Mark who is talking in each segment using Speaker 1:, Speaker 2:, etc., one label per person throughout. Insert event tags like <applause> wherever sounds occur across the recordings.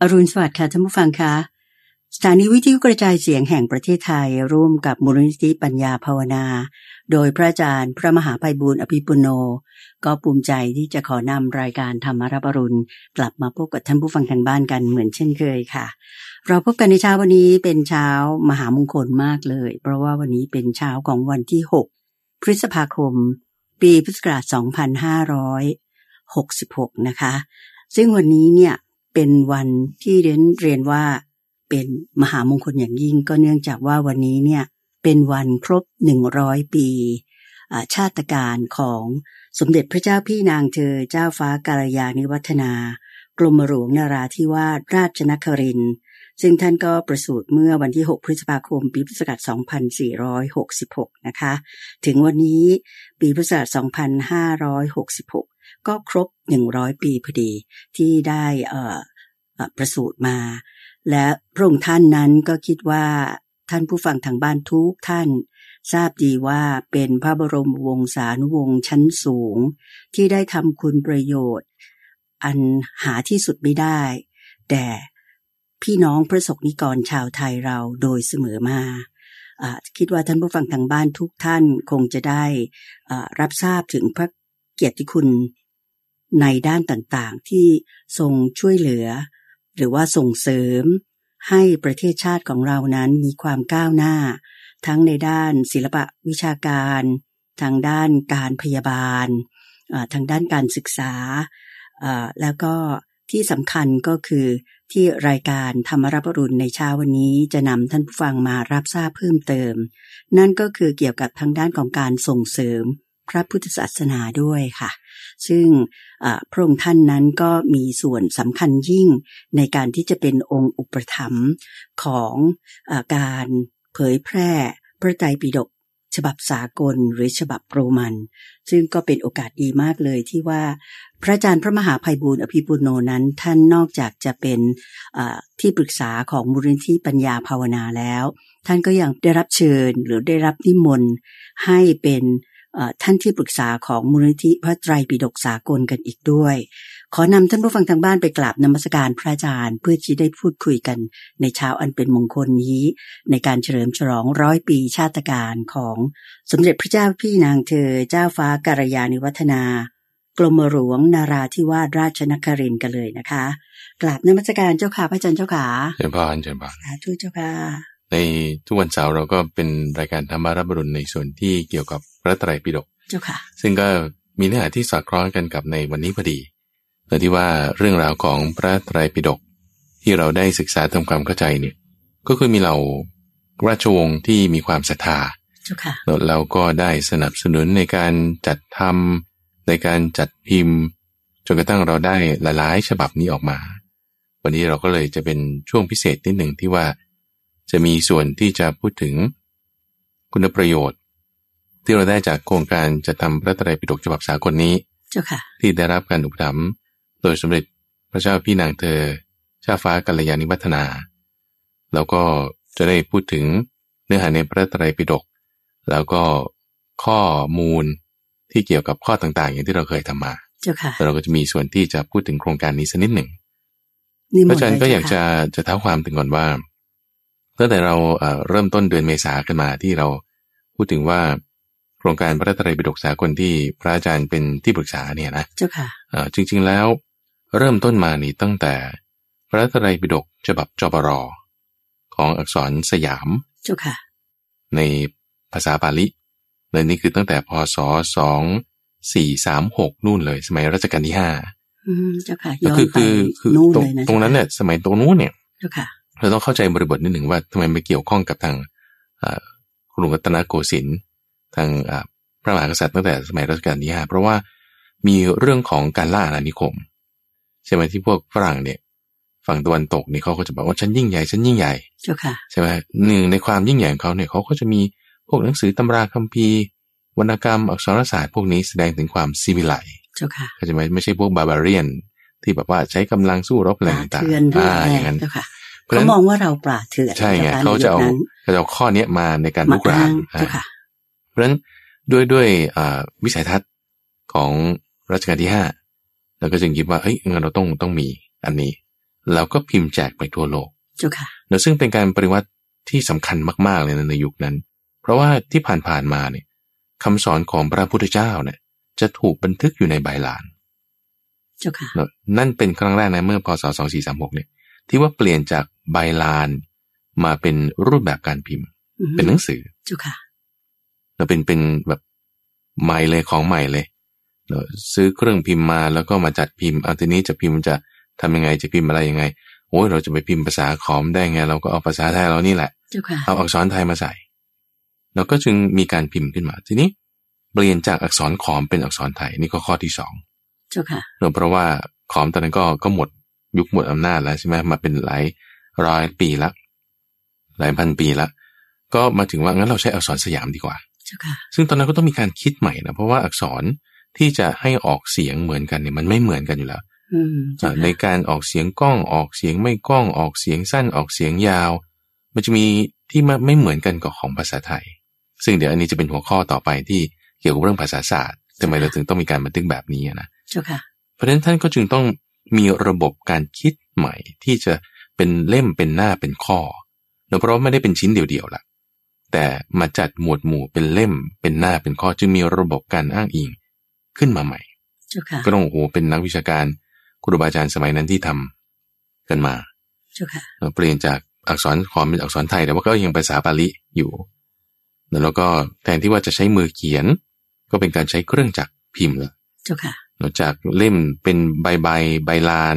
Speaker 1: อรุณสวัสดิ์ค่ะท่านผู้ฟังคะสถานีวิทยุกระจายเสียงแห่งประเทศไทย ร่วมกับมูลนิธิปัญญาภาวนา โดยพระอาจารย์พระมหาภัยบูร์อภิปุโน ก็ภูมิใจที่จะขอนำรายการธรรมรับอรุณ กลับมาพบกับท่านผู้ฟังทางบ้านกันเหมือนเช่นเคยค่ะ เราพบกันในเช้าวันนี้เป็นเช้ามหามงคลมากเลย เพราะว่าวันนี้เป็นเช้าของวันที่ 6 พฤษภาคม ปีพุทธศักราช2566 นะคะ ซึ่งวันนี้เนี่ยเป็นวันที่เรียนเรียนว่าเป็นมหามงคลอย่างยิ่งก็เนื่องจากว่าวันนี้เนี่ยเป็นวันครบ 100 ปีอ่าชาติการของสมเด็จพระเจ้าพี่นางเธอเจ้าฟ้าการยานิวัฒนา กรมหลวงนาราธิวาสราชนครินทร์ซึ่งท่านก็ประสูติเมื่อวันที่ 6 พฤษภาคม ปีพุทธศักราช2466 นะคะ ถึงวันนี้ปีพุทธศักราช2566 ก็ครบ 100 ปีพอดีที่ได้เอ่อเอ่อประสูติมา และพระองค์ท่านนั้นก็คิดว่าท่านผู้ฟังทางบ้านทุกท่าน ทราบดีว่าเป็นพระบรมวงศานุวงศ์ชั้นสูง ที่ได้ทำคุณประโยชน์ อันหาที่สุดไม่ได้ แต่พี่น้องพระสกนิกรชาวไทยเราโดยเสมอมาอ่าคิดว่าท่านผู้ฟังทางบ้านทุกท่านคงจะได้อ่ารับทราบถึงพระเกียรติคุณในด้านต่างๆ ที่ทรงช่วยเหลือ หรือว่าส่งเสริมให้ประเทศชาติของเรานั้นมีความก้าวหน้า ทั้งในด้านศิลปะวิชาการ ทางด้านการพยาบาลเอ่อทางด้านการศึกษาเอ่อแล้วก็ที่สำคัญก็คือที่รายการธรรมรับอรุณในเช้าวันนี้จะนำท่านผู้ฟังมารับทราบเพิ่มเติม นั่นก็คือเกี่ยวกับทางด้านของการส่งเสริมพระพุทธศาสนาด้วยค่ะ ซึ่งเอ่อพระองค์ท่านนั้นก็มีส่วนสำคัญยิ่ง ในการที่จะเป็นองค์อุปถัมภ์ของเออการเผยแพร่พระไตรปิฎกฉบับสากลหรือฉบับโรมัน ซึ่งก็เป็นโอกาสดีมากเลยที่ว่า พระอาจารย์พระมหาภัยบูร์อภิปุโนนั้นท่านนอกจากจะเป็นเอ่อที่ปรึกษาของมูลนิธิปัญญาภาวนาแล้ว ท่านก็ยังได้รับเชิญหรือได้รับนิมนต์ให้เป็นเอ่อท่านที่ปรึกษาของมูลนิธิพระไตรปิฎกสากลกันอีกด้วย ขอนำท่านผู้ฟังทางบ้านไปกราบนมัสการพระอาจารย์ เพื่อที่ได้พูดคุยกันในเช้าอันเป็นมงคลนี้ ในการเฉลิมฉลองร้อยปีชาติการของสมเด็จพระเจ้าพี่นางเธอเจ้าฟ้าการยานิวัฒนา กรมหลวงนาราธิวาสราชนครินทร์กันเลยนะคะ กราบนมัสการเจ้าค่ะพระอาจารย์เจ้าค่ะ
Speaker 2: เชิญพานเชิญพาน
Speaker 1: สาธุเจ้าค่ะ
Speaker 2: ในทุกวันเสาร์เราก็เป็นรายการธรรมารับรุณในส่วนที่เกี่ยวกับพระไตรปิฎก
Speaker 1: เจ้าค่ะ
Speaker 2: ซึ่งก็มีเนื้อหาที่สอดคล้องกันกับในวันนี้พอดีโดยที่ว่าเรื่องราวของพระไตรปิฎกที่เราได้ศึกษาทำความเข้าใจเนี่ยก็คือมีเหล่าราชวงศ์ที่มีความศรัทธา
Speaker 1: เจ้าค่ะ
Speaker 2: แล้วเราก็ได้สนับสนุนในการจัดทำในการจัดพิมพ์จนกระทั่งเราได้หลายๆ ฉบับนี้ออกมา วันนี้เราก็เลยจะเป็นช่วงพิเศษนิดหนึ่งที่ว่า จะมีส่วนที่จะพูดถึงคุณประโยชน์ ที่เราได้จากโครงการจะทำพระไตรัยปิฎกฉบับสากลนี้
Speaker 1: เจ้าค่ะ
Speaker 2: ที่ได้รับการอุปถัมภ์โดยสมเด็จพระเจ้าพี่นางเธอเจ้าฟ้ากัลยาณิวัฒนา แล้วก็จะได้พูดถึงเนื้อหาในพระไตรัยปิฎกแล้วก็ข้อมูลที่เกี่ยวกับข้อต่างๆ อย่างที่เราเคยทำมา
Speaker 1: เจ้าค่ะ
Speaker 2: แล้วเราก็จะมีส่วนที่จะพูดถึงโครงการนี้สักนิดหนึ่ง
Speaker 1: นิม
Speaker 2: เพ
Speaker 1: น
Speaker 2: ราะ
Speaker 1: ต์
Speaker 2: ฉะนั้น
Speaker 1: เล
Speaker 2: ก็
Speaker 1: ย
Speaker 2: อยากจะ
Speaker 1: เค่
Speaker 2: จะเท้าความถึงก่อนว่าตั้งแต่เราเอ่อเริ่มต้นเดือนเมษากันมาที่เราพูดถึงว่า โครงการพระไตรัยปิฎกสากลที่พระอาจารย์เป็นที่ปรึกษาเนี่ยนะ
Speaker 1: เจ้าค่ะ
Speaker 2: เอ่อจริง ๆแล้วเริ่มต้นมานี่ตั้งแต่พระไตรัยปิฎกฉบับจบรอของอักษรสยาม
Speaker 1: เจ้าค่ะ
Speaker 2: ในภาษาบาลีและนี่คือตั้งแต่พศสองสี่สามหกนู่นเลย สมัยรัชกาลที่ห้า
Speaker 1: อืมเจ้าค่ะ
Speaker 2: ก็
Speaker 1: ย้อน
Speaker 2: คือ
Speaker 1: ไป
Speaker 2: คือคือ
Speaker 1: นู่น
Speaker 2: ตรง
Speaker 1: เลยนะ
Speaker 2: ตรงนั้นเนี่ยสมัยตรงนู้นเนี่ย
Speaker 1: เจ้าค่ะ
Speaker 2: เราต้องเข้าใจบริบทนิดหนึ่งว่าทำไมมาเกี่ยวข้องกับทางเอ่อกรุงรัตนโกสินทร์ทางเอ่อพระมหากษัตริย์ตั้งแต่สมัยรัชกาลที่ห้าเพราะว่ามีเรื่องของการล่าอาณานิคมใช่ไหมที่พวกฝรั่งเนี่ย ฝั่งตะวันตกนี่เขาก็จะบอกว่าฉันยิ่งใหญ่ฉันยิ่งใหญ่
Speaker 1: เจ้าค่ะ
Speaker 2: ใช่ไหมหนึ่งในความยิ่งใหญ่ของเขาเนี่ยเขาก็จะมีพวกหนังสือตำราคัมภีร์ วรรณกรรมอักษรศาสตร์พวกนี้แสดงถึงความซีวิไลซ์
Speaker 1: เจ้าค่ะ
Speaker 2: เขาใจะไม่ไม่ใช่พวกบาบาเรียน ที่แบบว่าใช้กำลังสู้รบอะไรต่าง
Speaker 1: เถื่อน
Speaker 2: ๆ
Speaker 1: เรื่อ
Speaker 2: อ่า
Speaker 1: แร
Speaker 2: งอย่าง
Speaker 1: ง
Speaker 2: นั้น
Speaker 1: เจ้าค่ะ
Speaker 2: เพราะฉะ
Speaker 1: เขา
Speaker 2: นั้น
Speaker 1: มองว่าเราปราดเถื่อน
Speaker 2: ใช่ไง
Speaker 1: จ้ค่
Speaker 2: เขาจะเอา
Speaker 1: ในยุคนั้น
Speaker 2: เขาจะเอาข้อเนี้ยมาในการลุกราน น
Speaker 1: เจ้าค่ะ
Speaker 2: เพราะฉะนั้นด้วยด้วยอ่าวิสัยทัศน์ของรัชกาลที่ห้าเราก็จึงคิดว่าเฮ้ยงั้นเราต้องต้องมีอันนี้ แล้วก็พิมพ์แจกไปทั่วโลก
Speaker 1: เจ้าค่ะ
Speaker 2: เนอะซึ่งเป็นการปฏิวัติที่สำคัญมากๆเลยนะในยุคนั้น เพราะว่าที่ผ่านๆมาเนี่ยคำสอนของพระพุทธเจ้าเนี่ยจะถูกบันทึกอยู่ในใบลาน
Speaker 1: เจ้าค่ะ
Speaker 2: เนอะนั่นเป็นครั้งแรกนะเมื่อพศ 2436 เนี่ยที่ว่าเปลี่ยนจากใบลานมาเป็นรูปแบบการพิมพ์
Speaker 1: อือฮึ
Speaker 2: เป็นหนังสือ
Speaker 1: เจ้าค่ะ
Speaker 2: เนอะเป็นเป็นแบบใหม่เลยของใหม่เลยเนอะซื้อเครื่องพิมพ์มาแล้วก็มาจัดพิมพ์เอาทีนี้จะพิมพ์จะทำยังไงจะพิมพ์อะไรยังไงโอ้ยเราจะไปพิมพ์ภาษาขอมได้ไง เราก็เอาภาษาไทยเรานี่แหละ
Speaker 1: เจ้าค่ะ
Speaker 2: เอาอักษรไทยมาใส่ แล้วก็จึงมีการพิมพ์ขึ้นมา ทีนี้เปลี่ยนจากอักษรขอมเป็นอักษรไทยนี่ก็ข้อที่สอง
Speaker 1: เจ้าค่ะ
Speaker 2: เนื่องเพราะว่าขอมตอนนั้นก็ก็หมดยุคหมดอำนาจแล้วใช่ไหมมาเป็นหลายร้อยปีละ หลายพันปีละ ก็มาถึงว่างั้นเราใช้อักษรสยามดีกว่า
Speaker 1: เจ้าค่ะ
Speaker 2: ซึ่งตอนนั้นก็ต้องมีการคิดใหม่นะเพราะว่าอักษรที่จะให้ออกเสียงเหมือนกันเนี่ยมันไม่เหมือนกันอยู่แล้ว
Speaker 1: อืมเจ้า
Speaker 2: อ่าใน
Speaker 1: ค่ะ
Speaker 2: การออกเสียงกล้องออกเสียงไม่กล้องออกเสียงสั้นออกเสียงยาว มันจะมีที่ไม่ไม่เหมือนกันกับของภาษาไทย ซึ่งเดี๋ยวอันนี้จะเป็นหัวข้อต่อไปที่เกี่ยวกับเรื่องภาษาศาสตร์ทำไมเราถึงต้องมีการบันทึกแบบนี้อะนะ
Speaker 1: เจ้าค่ะ
Speaker 2: เพราะฉะนั้นท่านก็จึงต้องมีระบบการคิดใหม่ที่จะเป็นเล่มเป็นหน้าเป็นข้อเนื่องเพราะว่าไม่ได้เป็นชิ้นเดียวๆละแต่มาจัดหมวดหมู่เป็นเล่มเป็นหน้าเป็นข้อจึงมีระบบการอ้างอิงขึ้นมาใหม่
Speaker 1: เจ้าค่ะ
Speaker 2: ก็ต้องโอ้โหเป็นนักวิชาการครูบาอาจารย์สมัยนั้นที่ทำกันมา
Speaker 1: เจ้าค่ะ
Speaker 2: เปลี่ยนจากอักษรขอมเป็นอักษรไทย แต่ว่าก็ยังภาษาบาลีอยู่แล้วก็แทนที่ว่าจะใช้มือเขียน ก็เป็นการใช้เครื่องจักรพิมพ์ละ
Speaker 1: เจ้าค่ะ
Speaker 2: จากเล่มเป็นใบใบใบลาน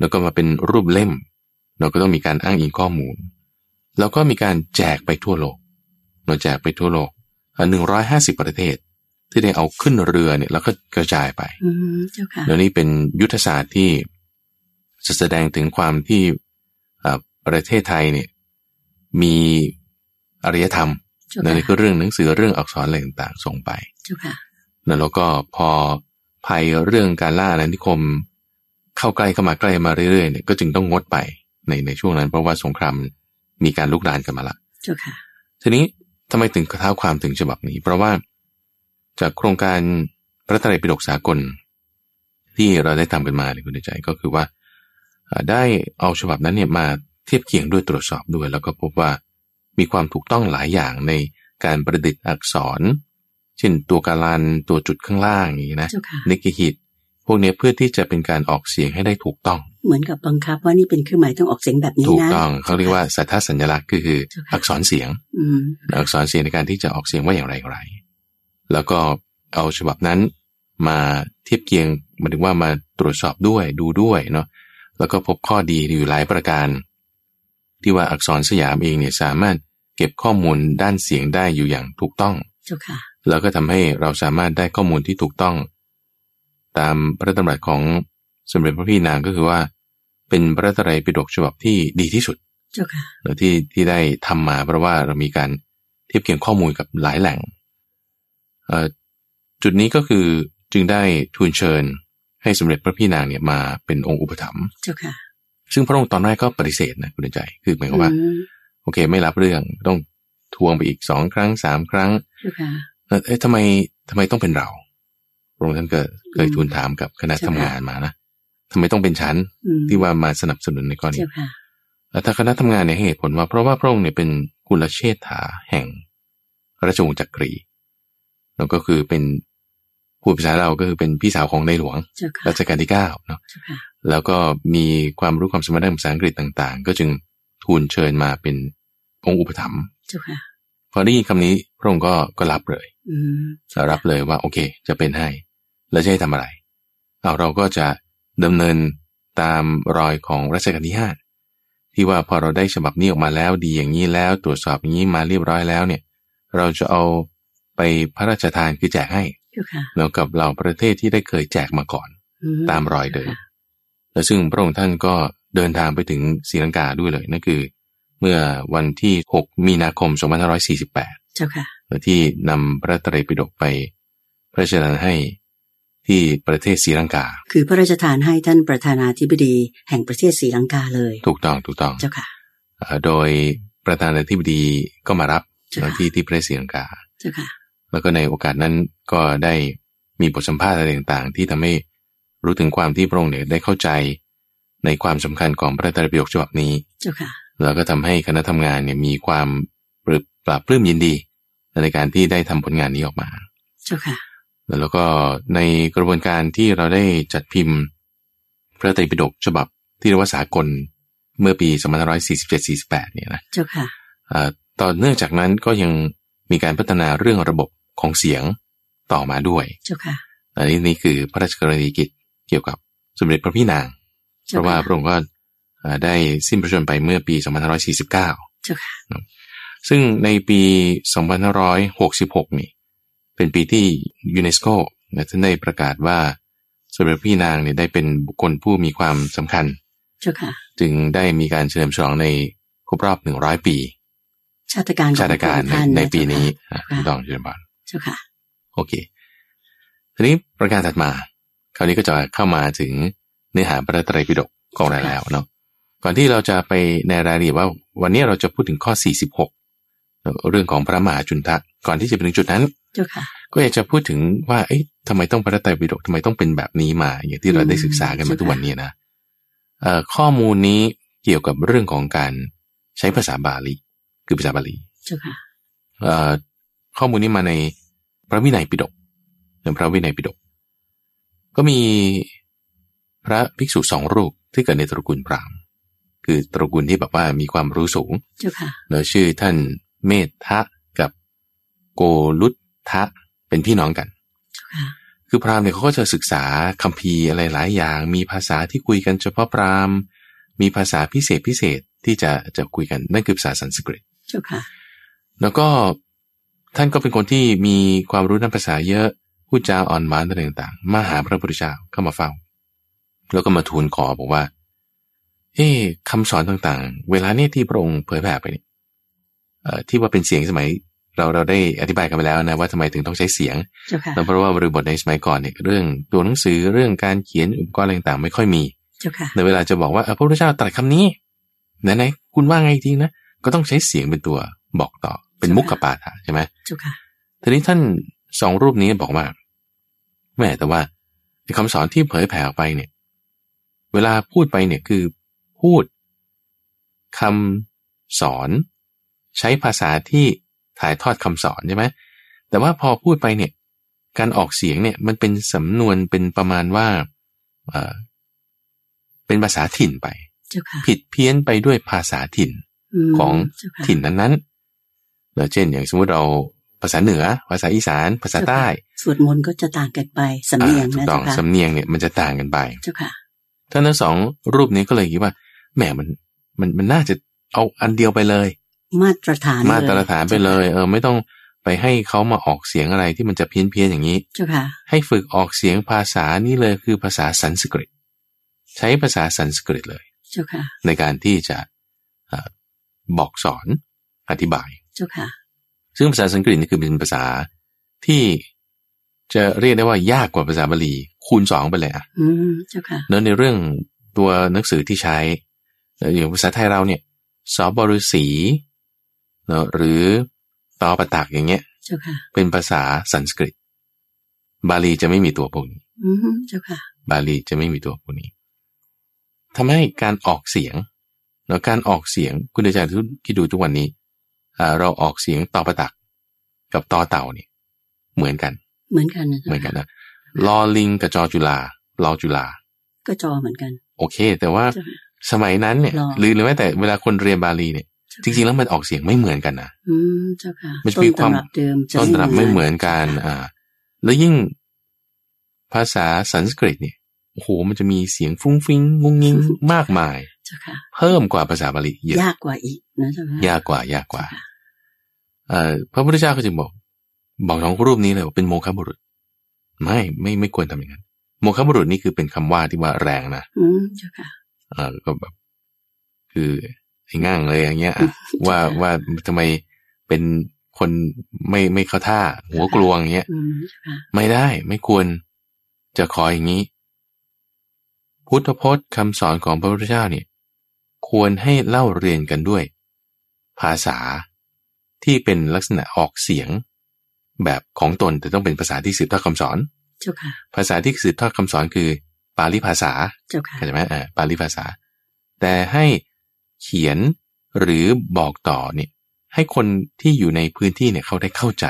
Speaker 2: แล้วก็มาเป็นรูปเล่ม เราก็ต้องมีการอ้างอิงข้อมูล แล้วก็มีการแจกไปทั่วโลกเราแจกไปทั่วโลกหนึ่งร้อยห้าสิบประเทศ ที่ได้เอาขึ้นเรือเนี่ยแล้วก็กระจายไป
Speaker 1: อืมเจ้าค่ะ
Speaker 2: เดี๋ยวนี้เป็นยุทธศาสตร์ที่จะแสดงถึงความที่เอ่อประเทศไทยเนี่ยมีอารยธรรม
Speaker 1: เจ้า
Speaker 2: นั่
Speaker 1: ค่ะ
Speaker 2: นคือเรื่องหนังสือเรื่องอักษรอะไรต่างๆ ส่งไป
Speaker 1: เจ้าค่ะ
Speaker 2: นะแล้วก็พอภัยเรื่องการล่าอาณานิคม เข้าใกล้เข้ามาใกล้มาเรื่อยๆเนี่ยก็จึงต้องงดไปในในช่วงนั้น เพราะว่าสงครามมีการลุกลานกันมาละ
Speaker 1: เจ้าค่ะ
Speaker 2: ทีนี้ทำไมถึงเท้าความถึงฉบับนี้ เพราะว่าจากโครงการพระไตรปิฎกสากล ที่เราได้ทำกันมาในยคุณใจก็คือว่าเอ่อได้เอาฉบับนั้นเนี่ยมาเทียบเคียงด้วยตรวจสอบด้วย แล้วก็พบว่ามีความถูกต้องหลายอย่างในการประดิษฐ์อักษร เช่นตัวกาลันตัวจุดข้างล่างอย่างนี้นะ
Speaker 1: เจ้าค่ะ
Speaker 2: นิกกิฮิตพวกเนี้ยเพื่อที่จะเป็นการออกเสียงให้ได้ถูกต้อง
Speaker 1: เหมือนกับบังคับว่านี่เป็นเครื่องหมายต้องออกเสียงแบบนี้
Speaker 2: ถูก
Speaker 1: นะ
Speaker 2: ต้องเขาเรียกว่าสัทธสัญลักษณ์คือคือ
Speaker 1: เจ้าค่ะ
Speaker 2: อักษรเสียง
Speaker 1: อืม
Speaker 2: อักษรเสียงในการที่จะออกเสียงว่าอย่างไรอย่างไร แล้วก็เอาฉบับนั้นมาเทียบเคียงหมายถึงว่ามาตรวจสอบด้วยดูด้วยเนาะ แล้วก็พบข้อดีอยู่หลายประการ ที่ว่าอักษรสยามเองเนี่ยสามารถเก็บข้อมูลด้านเสียงได้อยู่อย่างถูกต้อง
Speaker 1: เจ้าค่ะ
Speaker 2: แล้วก็ทำให้เราสามารถได้ข้อมูลที่ถูกต้อง ตามพระตำรัสของสมเด็จพระพี่นางก็คือว่า เป็นพระไตรัยปิฎกฉบับที่ดีที่สุด
Speaker 1: เจ้าค่ะ
Speaker 2: หรือที่ที่ได้ทำมาเพราะว่าเรามีการเทียบเคียงข้อมูลกับหลายแหล่งเอ่อจุดนี้ก็คือจึงได้ทูลเชิญให้สมเด็จพระพี่นางเนี่ยมาเป็นองค์อุปถัมภ์
Speaker 1: เจ้าค่ะ
Speaker 2: ซึ่งพระองค์ตอนแรกก็ปฏิเสธนะคุณเดือนใจ คือหมายความว่า
Speaker 1: อืม
Speaker 2: โอเคไม่รับเรื่องต้องทวงไปอีกสองครั้งสามครั้ง
Speaker 1: เจ้าค่ะ
Speaker 2: เอ่อเอ๊ะทำไมทำไมต้องเป็นเราพระองค์ท่านเกิดเคย
Speaker 1: อืม
Speaker 2: ทูลถามกับคณะ
Speaker 1: ใช่
Speaker 2: ทำ
Speaker 1: ค่ะ
Speaker 2: งานมานะทำไมต้องเป็นฉัน
Speaker 1: อืม
Speaker 2: ที่ว่ามาสนับสนุนในกรณี
Speaker 1: เจ้าค่ะ
Speaker 2: แล้วถ้าคณะทำงานเนี่ยให้เหตุผลว่าเพราะว่าพระองค์เนี่ยเป็นกุลเชษฐาแห่งราชวงศ์จักรีแล้วก็คือเป็นผู้ภาษาเราก็คือเป็นพี่สาวของในหลวง
Speaker 1: เจ้าค่ะ
Speaker 2: รัชกาลที่9เนาะ
Speaker 1: เจ้าค่ะ
Speaker 2: แล้วก็มีความรู้ความสามารถด้านภาษาอังกฤษต่าง ๆ ก็จึงทูลเชิญมาเป็นองค์อุปถัมภ์
Speaker 1: เจ้าค่ะ
Speaker 2: พอได้ยินคำนี้พระองค์ก็ก็รับเลย
Speaker 1: อืม
Speaker 2: รับเลยว่าโอเค จะเป็นให้ แล้วจะให้ทำอะไรเอาเราก็จะดำเนินตามรอยของรัชกาลที่ห้า ที่ว่าพอเราได้ฉบับนี้ออกมาแล้วดีอย่างนี้แล้วตรวจสอบอย่างนี้มาเรียบร้อยแล้วเนี่ย เราจะเอาไปพระราชทานคือแจกให้
Speaker 1: เจ้าค่ะ
Speaker 2: แล้วกับเหล่าประเทศที่ได้เคยแจกมาก่อน
Speaker 1: อื
Speaker 2: ตามรอยเดิม และซึ่งพระองค์ท่านก็เดินทางไปถึงศรีลังกาด้วยเลยนั่นคือ เมื่อวันที่ 6 มีนาคม 2548
Speaker 1: เจ้าค่ะ
Speaker 2: โดยที่นำพระไตรัยปิฎกไป พระราชทานให้ที่ประเทศศรีลังกา
Speaker 1: คือพระราชทานให้ท่านประธานาธิบดีแห่งประเทศศรีลังกาเลย
Speaker 2: ถูกต้องถูกต้อง
Speaker 1: เจ้าค่ะ
Speaker 2: เอ่อโดยประธานาธิบดีก็มารับ
Speaker 1: จ้ะ
Speaker 2: หน้าที่ที่ประเทศศรีลังกา
Speaker 1: เจ้าค่ะ
Speaker 2: แล้วก็ในโอกาสนั้นก็ได้มีบทสัมภาษณ์อะไรต่างๆ ที่ทำให้รู้ถึงความที่พระองค์เนี่ยได้เข้าใจ ในความสำคัญของพระไตรปิฎกฉบับนี้
Speaker 1: เจ้าค่ะ
Speaker 2: แล้วก็ทำให้คณะทำงานเนี่ยมีความปลื้มปลาบปลื้มยินดี ในการที่ได้ทำผลงานนี้ออกมา
Speaker 1: เจ้าค่ะ
Speaker 2: แล้วก็ในกระบวนการที่เราได้จัดพิมพ์ พระไตรปิฎกฉบับที่เรียกว่าสากลเมื่อปี2547-48เนี่ยนะ
Speaker 1: เจ้าค่ะ
Speaker 2: เอ่อต่อเนื่องจากนั้นก็ยังมีการพัฒนาเรื่องระบบของเสียงต่อมาด้วย
Speaker 1: เจ้าค่ะ
Speaker 2: อันนี้นี่คือพระราชกรณียกิจเกี่ยวกับสมเด็จพระพี่นาง เพ
Speaker 1: จ้ค่
Speaker 2: ราะว่าพระองค์ก็เอ่อได้สิ้นพระชนม์ไปเมื่อปี 2549
Speaker 1: เจ้าค่ะ
Speaker 2: ซึ่งในปี 2566 นี่เป็นปีที่ยูเนสโกนะท่านได้ประกาศว่าสมเด็จพระพี่นางเนี่ยได้เป็นบุคคลผู้มีความสำคัญ
Speaker 1: เจ้าค่ะ
Speaker 2: จึงได้มีการเฉลิมฉลองในครบรอบ 100 ปี
Speaker 1: ชาติการของ
Speaker 2: ชาติการ
Speaker 1: พระองค์ท่า
Speaker 2: ในในะ ปี
Speaker 1: เจ้าค่ะ
Speaker 2: นี้นะ
Speaker 1: ค่ะ
Speaker 2: ต้องเชิญบาน
Speaker 1: เจ้าค่ะ
Speaker 2: โอเค ทีนี้ประการถัดมา คราวนี้ก็จะเข้ามาถึงเนื้อหาพระไตรปิฎกของเราแล้วเนาะ ก่อนที่เราจะไปในรายละเอียดว่า วันนี้เราจะพูดถึงข้อ 46 เรื่องของพระมหาจุนทะ ก่อนที่จะไปถึงจุดนั้น
Speaker 1: เจ้าค่ะ
Speaker 2: ก็อยากจะพูดถึงว่าเอ๊ะทำไมต้องพระไตรปิฎกทำไมต้องเป็นแบบนี้มา อย่างที่เราได้ศึกษากันมาทุกวันนี้นะเอ่อข้อมูลนี้เกี่ยวกับเรื่องของการใช้ภาษาบาลี คือภาษาบาลี
Speaker 1: เจ้าค่ะ
Speaker 2: เอ่อข้อมูลนี้มาในพระวินัยปิฎกในพระวินัยปิฎกก็มีพระภิกษุสองรูปที่เกิดในตระกูลพราหมณ์ คือตระกูลที่แบบว่ามีความรู้สูง
Speaker 1: เจ้าค่ะ
Speaker 2: เนอะชื่อท่านเมธทะกับโกลุททะเป็นพี่น้องกัน
Speaker 1: เจ้าค่ะ
Speaker 2: คือพราหมณ์เนี่ยเขาก็จะศึกษาคัมภีร์อะไรหลายอย่าง มีภาษาที่คุยกันเฉพาะพราหมณ์ มีภาษาพิเศษพิเศษที่จะจะคุยกันนั่นคือภาษาสันสกฤต
Speaker 1: เจ้าค่ะ
Speaker 2: แล้วก็ท่านก็เป็นคนที่มีความรู้ด้านภาษาเยอะพูดจาอ่อนหวานอะไรต่างๆ มาหาพระพุทธเจ้าเข้ามาเฝ้า แล้วก็มาทูลขอบอกว่า เอ๊ะคำสอนต่างๆ เวลาเนี่ยที่พระองค์เผยแผ่ไปเนี่ยเอ่อที่ว่าเป็นเสียงสมัยเราเราได้อธิบายกันไปแล้วนะว่าทำไมถึงต้องใช้เสียง
Speaker 1: เจ้าค่ะ
Speaker 2: นั่นเพราะว่าบริบทในสมัยก่อนเนี่ยเรื่องตัวหนังสือเรื่องการเขียนอุปกรณ์อะไรต่างๆ ไม่ค่อยมี
Speaker 1: เจ้าค่ะ
Speaker 2: ในเวลาจะบอกว่าเอ่อพระพุทธเจ้าตรัสคำนี้ไหนๆคุณว่าไงจริงนะ ก็ต้องใช้เสียงเป็นตัวบอกต่อเป็นมุกขปาฐะใช่ไหม
Speaker 1: เจ้าค่ะ
Speaker 2: ทีนี้ท่านสองรูปนี้บอกว่าแหม่แต่ว่าไอ้คำสอนที่เผยแผ่ออกไปเนี่ย เวลาพูดไปเนี่ยคือพูดคำสอน ใช้ภาษาที่ถ่ายทอดคำสอนใช่ไหมแต่ว่าพอพูดไปเนี่ย การออกเสียงเนี่ยมันเป็นสำนวนเป็นประมาณว่าเอ่อเป็นภาษาถิ่นไป
Speaker 1: เจ้าค่ะ
Speaker 2: ผิดเพี้ยนไปด้วยภาษาถิ่น
Speaker 1: ม
Speaker 2: ของ
Speaker 1: เจ้าค่ะ
Speaker 2: ถิ่นนั้นๆแล้วเช่น อย่างสมมติเราภาษาเหนือ ภาษาอีสาน ภาษาใต้
Speaker 1: สวดมนต์ก็จะต่างกันไป สำ
Speaker 2: อ่า
Speaker 1: เนียง
Speaker 2: ถูก
Speaker 1: นะ
Speaker 2: ต้อง
Speaker 1: เจ้าค่ะ
Speaker 2: สำเนียงเนี่ยมันจะต่างกันไป
Speaker 1: เจ้าค่ะ
Speaker 2: ท่านทั้งสองรูปนี้ก็เลยคิดว่าแหมมันมันมันน่าจะเอาอันเดียวไปเลย
Speaker 1: มาตรฐาน
Speaker 2: มาตรฐานไปเลย
Speaker 1: ย
Speaker 2: เออไม่ต้องไปให้เขามาออกเสียงอะไรที่มันจะเพี้ยนเพียนๆอย่างนี้
Speaker 1: เจ้าค่ะ
Speaker 2: ให้ฝึกออกเสียงภาษานี้เลยคือภาษาสันสกฤต ใช้ภาษาสันสกฤตเลย
Speaker 1: เจ้าค่ะ
Speaker 2: ในการที่จะเอ่อบอกสอนอธิบาย
Speaker 1: เจ้าค่ะ
Speaker 2: ซึ่งภาษาสันสกฤตนี่คือเป็นภาษาที่จะเรียกได้ว่ายากกว่าภาษาบาลีคูณสองไปเลยอะ
Speaker 1: อืม เจ้าค่ะ
Speaker 2: เนอะในเรื่องตัวหนังสือที่ใช้เนอะอย่างภาษาไทยเราเนี่ยสอบฤษีเนอะหรือตอปตักอย่างเงี้ย
Speaker 1: เจ้าค่ะ
Speaker 2: เป็นภาษาสันสกฤต บาลีจะไม่มีตัวพวกนี้
Speaker 1: อืม เจ้าค่ะ
Speaker 2: บาลีจะไม่มีตัวพวกนี้ทำให้การออกเสียงเนอะการออกเสียงคุณอาจารย์คิดดูทุกวันนี้อ่าเราออกเสียงตอปตัก กับตอเต่าเนี่ยเหมือนกัน
Speaker 1: เหมือนกันนะ
Speaker 2: เหมื
Speaker 1: เจ้า
Speaker 2: อนกั
Speaker 1: ค่ะ
Speaker 2: นนะลอลิงกับจอจุลาลอจุลา
Speaker 1: ก็จอเหมือนกัน
Speaker 2: โอเค แต่ว่า
Speaker 1: เจ้าค่ะ
Speaker 2: สมัยนั้นเนี่ย
Speaker 1: ลอ
Speaker 2: หรือหรือแม้แต่เวลาคนเรียนบาลีเนี่ย จริงๆ แล้วมันออกเสียงไม่เหมือนกันนะ
Speaker 1: อืม เจ้าค่ะ
Speaker 2: มันจะ
Speaker 1: ต้น
Speaker 2: มีความ
Speaker 1: ตำรับเดิมจะ
Speaker 2: ต้นตำรับไม่เหมือนกัน อ่า แล้วยิ่งภาษาสันสกฤตเนี่ย โอ้โห มันจะมีเสียงฟุ้งฟิ้งงุ้งงิ้งมากมาย
Speaker 1: เจ้าค่ะ
Speaker 2: เพิ่มกว่าภาษาบาลีเยอะ
Speaker 1: ยากกว่าอีกนะเจ้าค่ะ
Speaker 2: ยากกว่ายากกว่า เอ่อพระพุทธเจ้าก็จึงบอก บอกน้องรูปนี้เลยว่าเป็นโมฆะบุรุษ ไม่ไม่ไม่ควรทำอย่างนั้น โมฆะบุรุษนี่คือเป็นคำว่าที่ว่าแรงนะ
Speaker 1: อืม เจ้าค่ะ
Speaker 2: เออก็แบบคือไอ้ง่างเลยอย่างเงี้ยอะว่าว่าทำไมเป็นคนไม่ไม่เข้าท่า หัวกลวงอย่างเงี้ย
Speaker 1: อืม เจ้าค่ะ
Speaker 2: ไม่ได้ไม่ควรจะขออย่างนี้ พุทธพจน์คำสอนของพระพุทธเจ้าเนี่ย ควรให้เล่าเรียนกันด้วย ภาษาที่เป็นลักษณะออกเสียง แบบของตนแต่ต้องเป็นภาษาที่สืบทอดคำสอน
Speaker 1: เจ้าค่ะ
Speaker 2: ภาษาที่สืบทอดคำสอนคือ ปาลิภาษา
Speaker 1: เจ้าค่ะ
Speaker 2: เข้าใจไหมอ่าปาลิภาษา แต่ให้เขียนหรือบอกต่อเนี่ยให้คนที่อยู่ในพื้นที่เนี่ยเขาได้เข้าใจ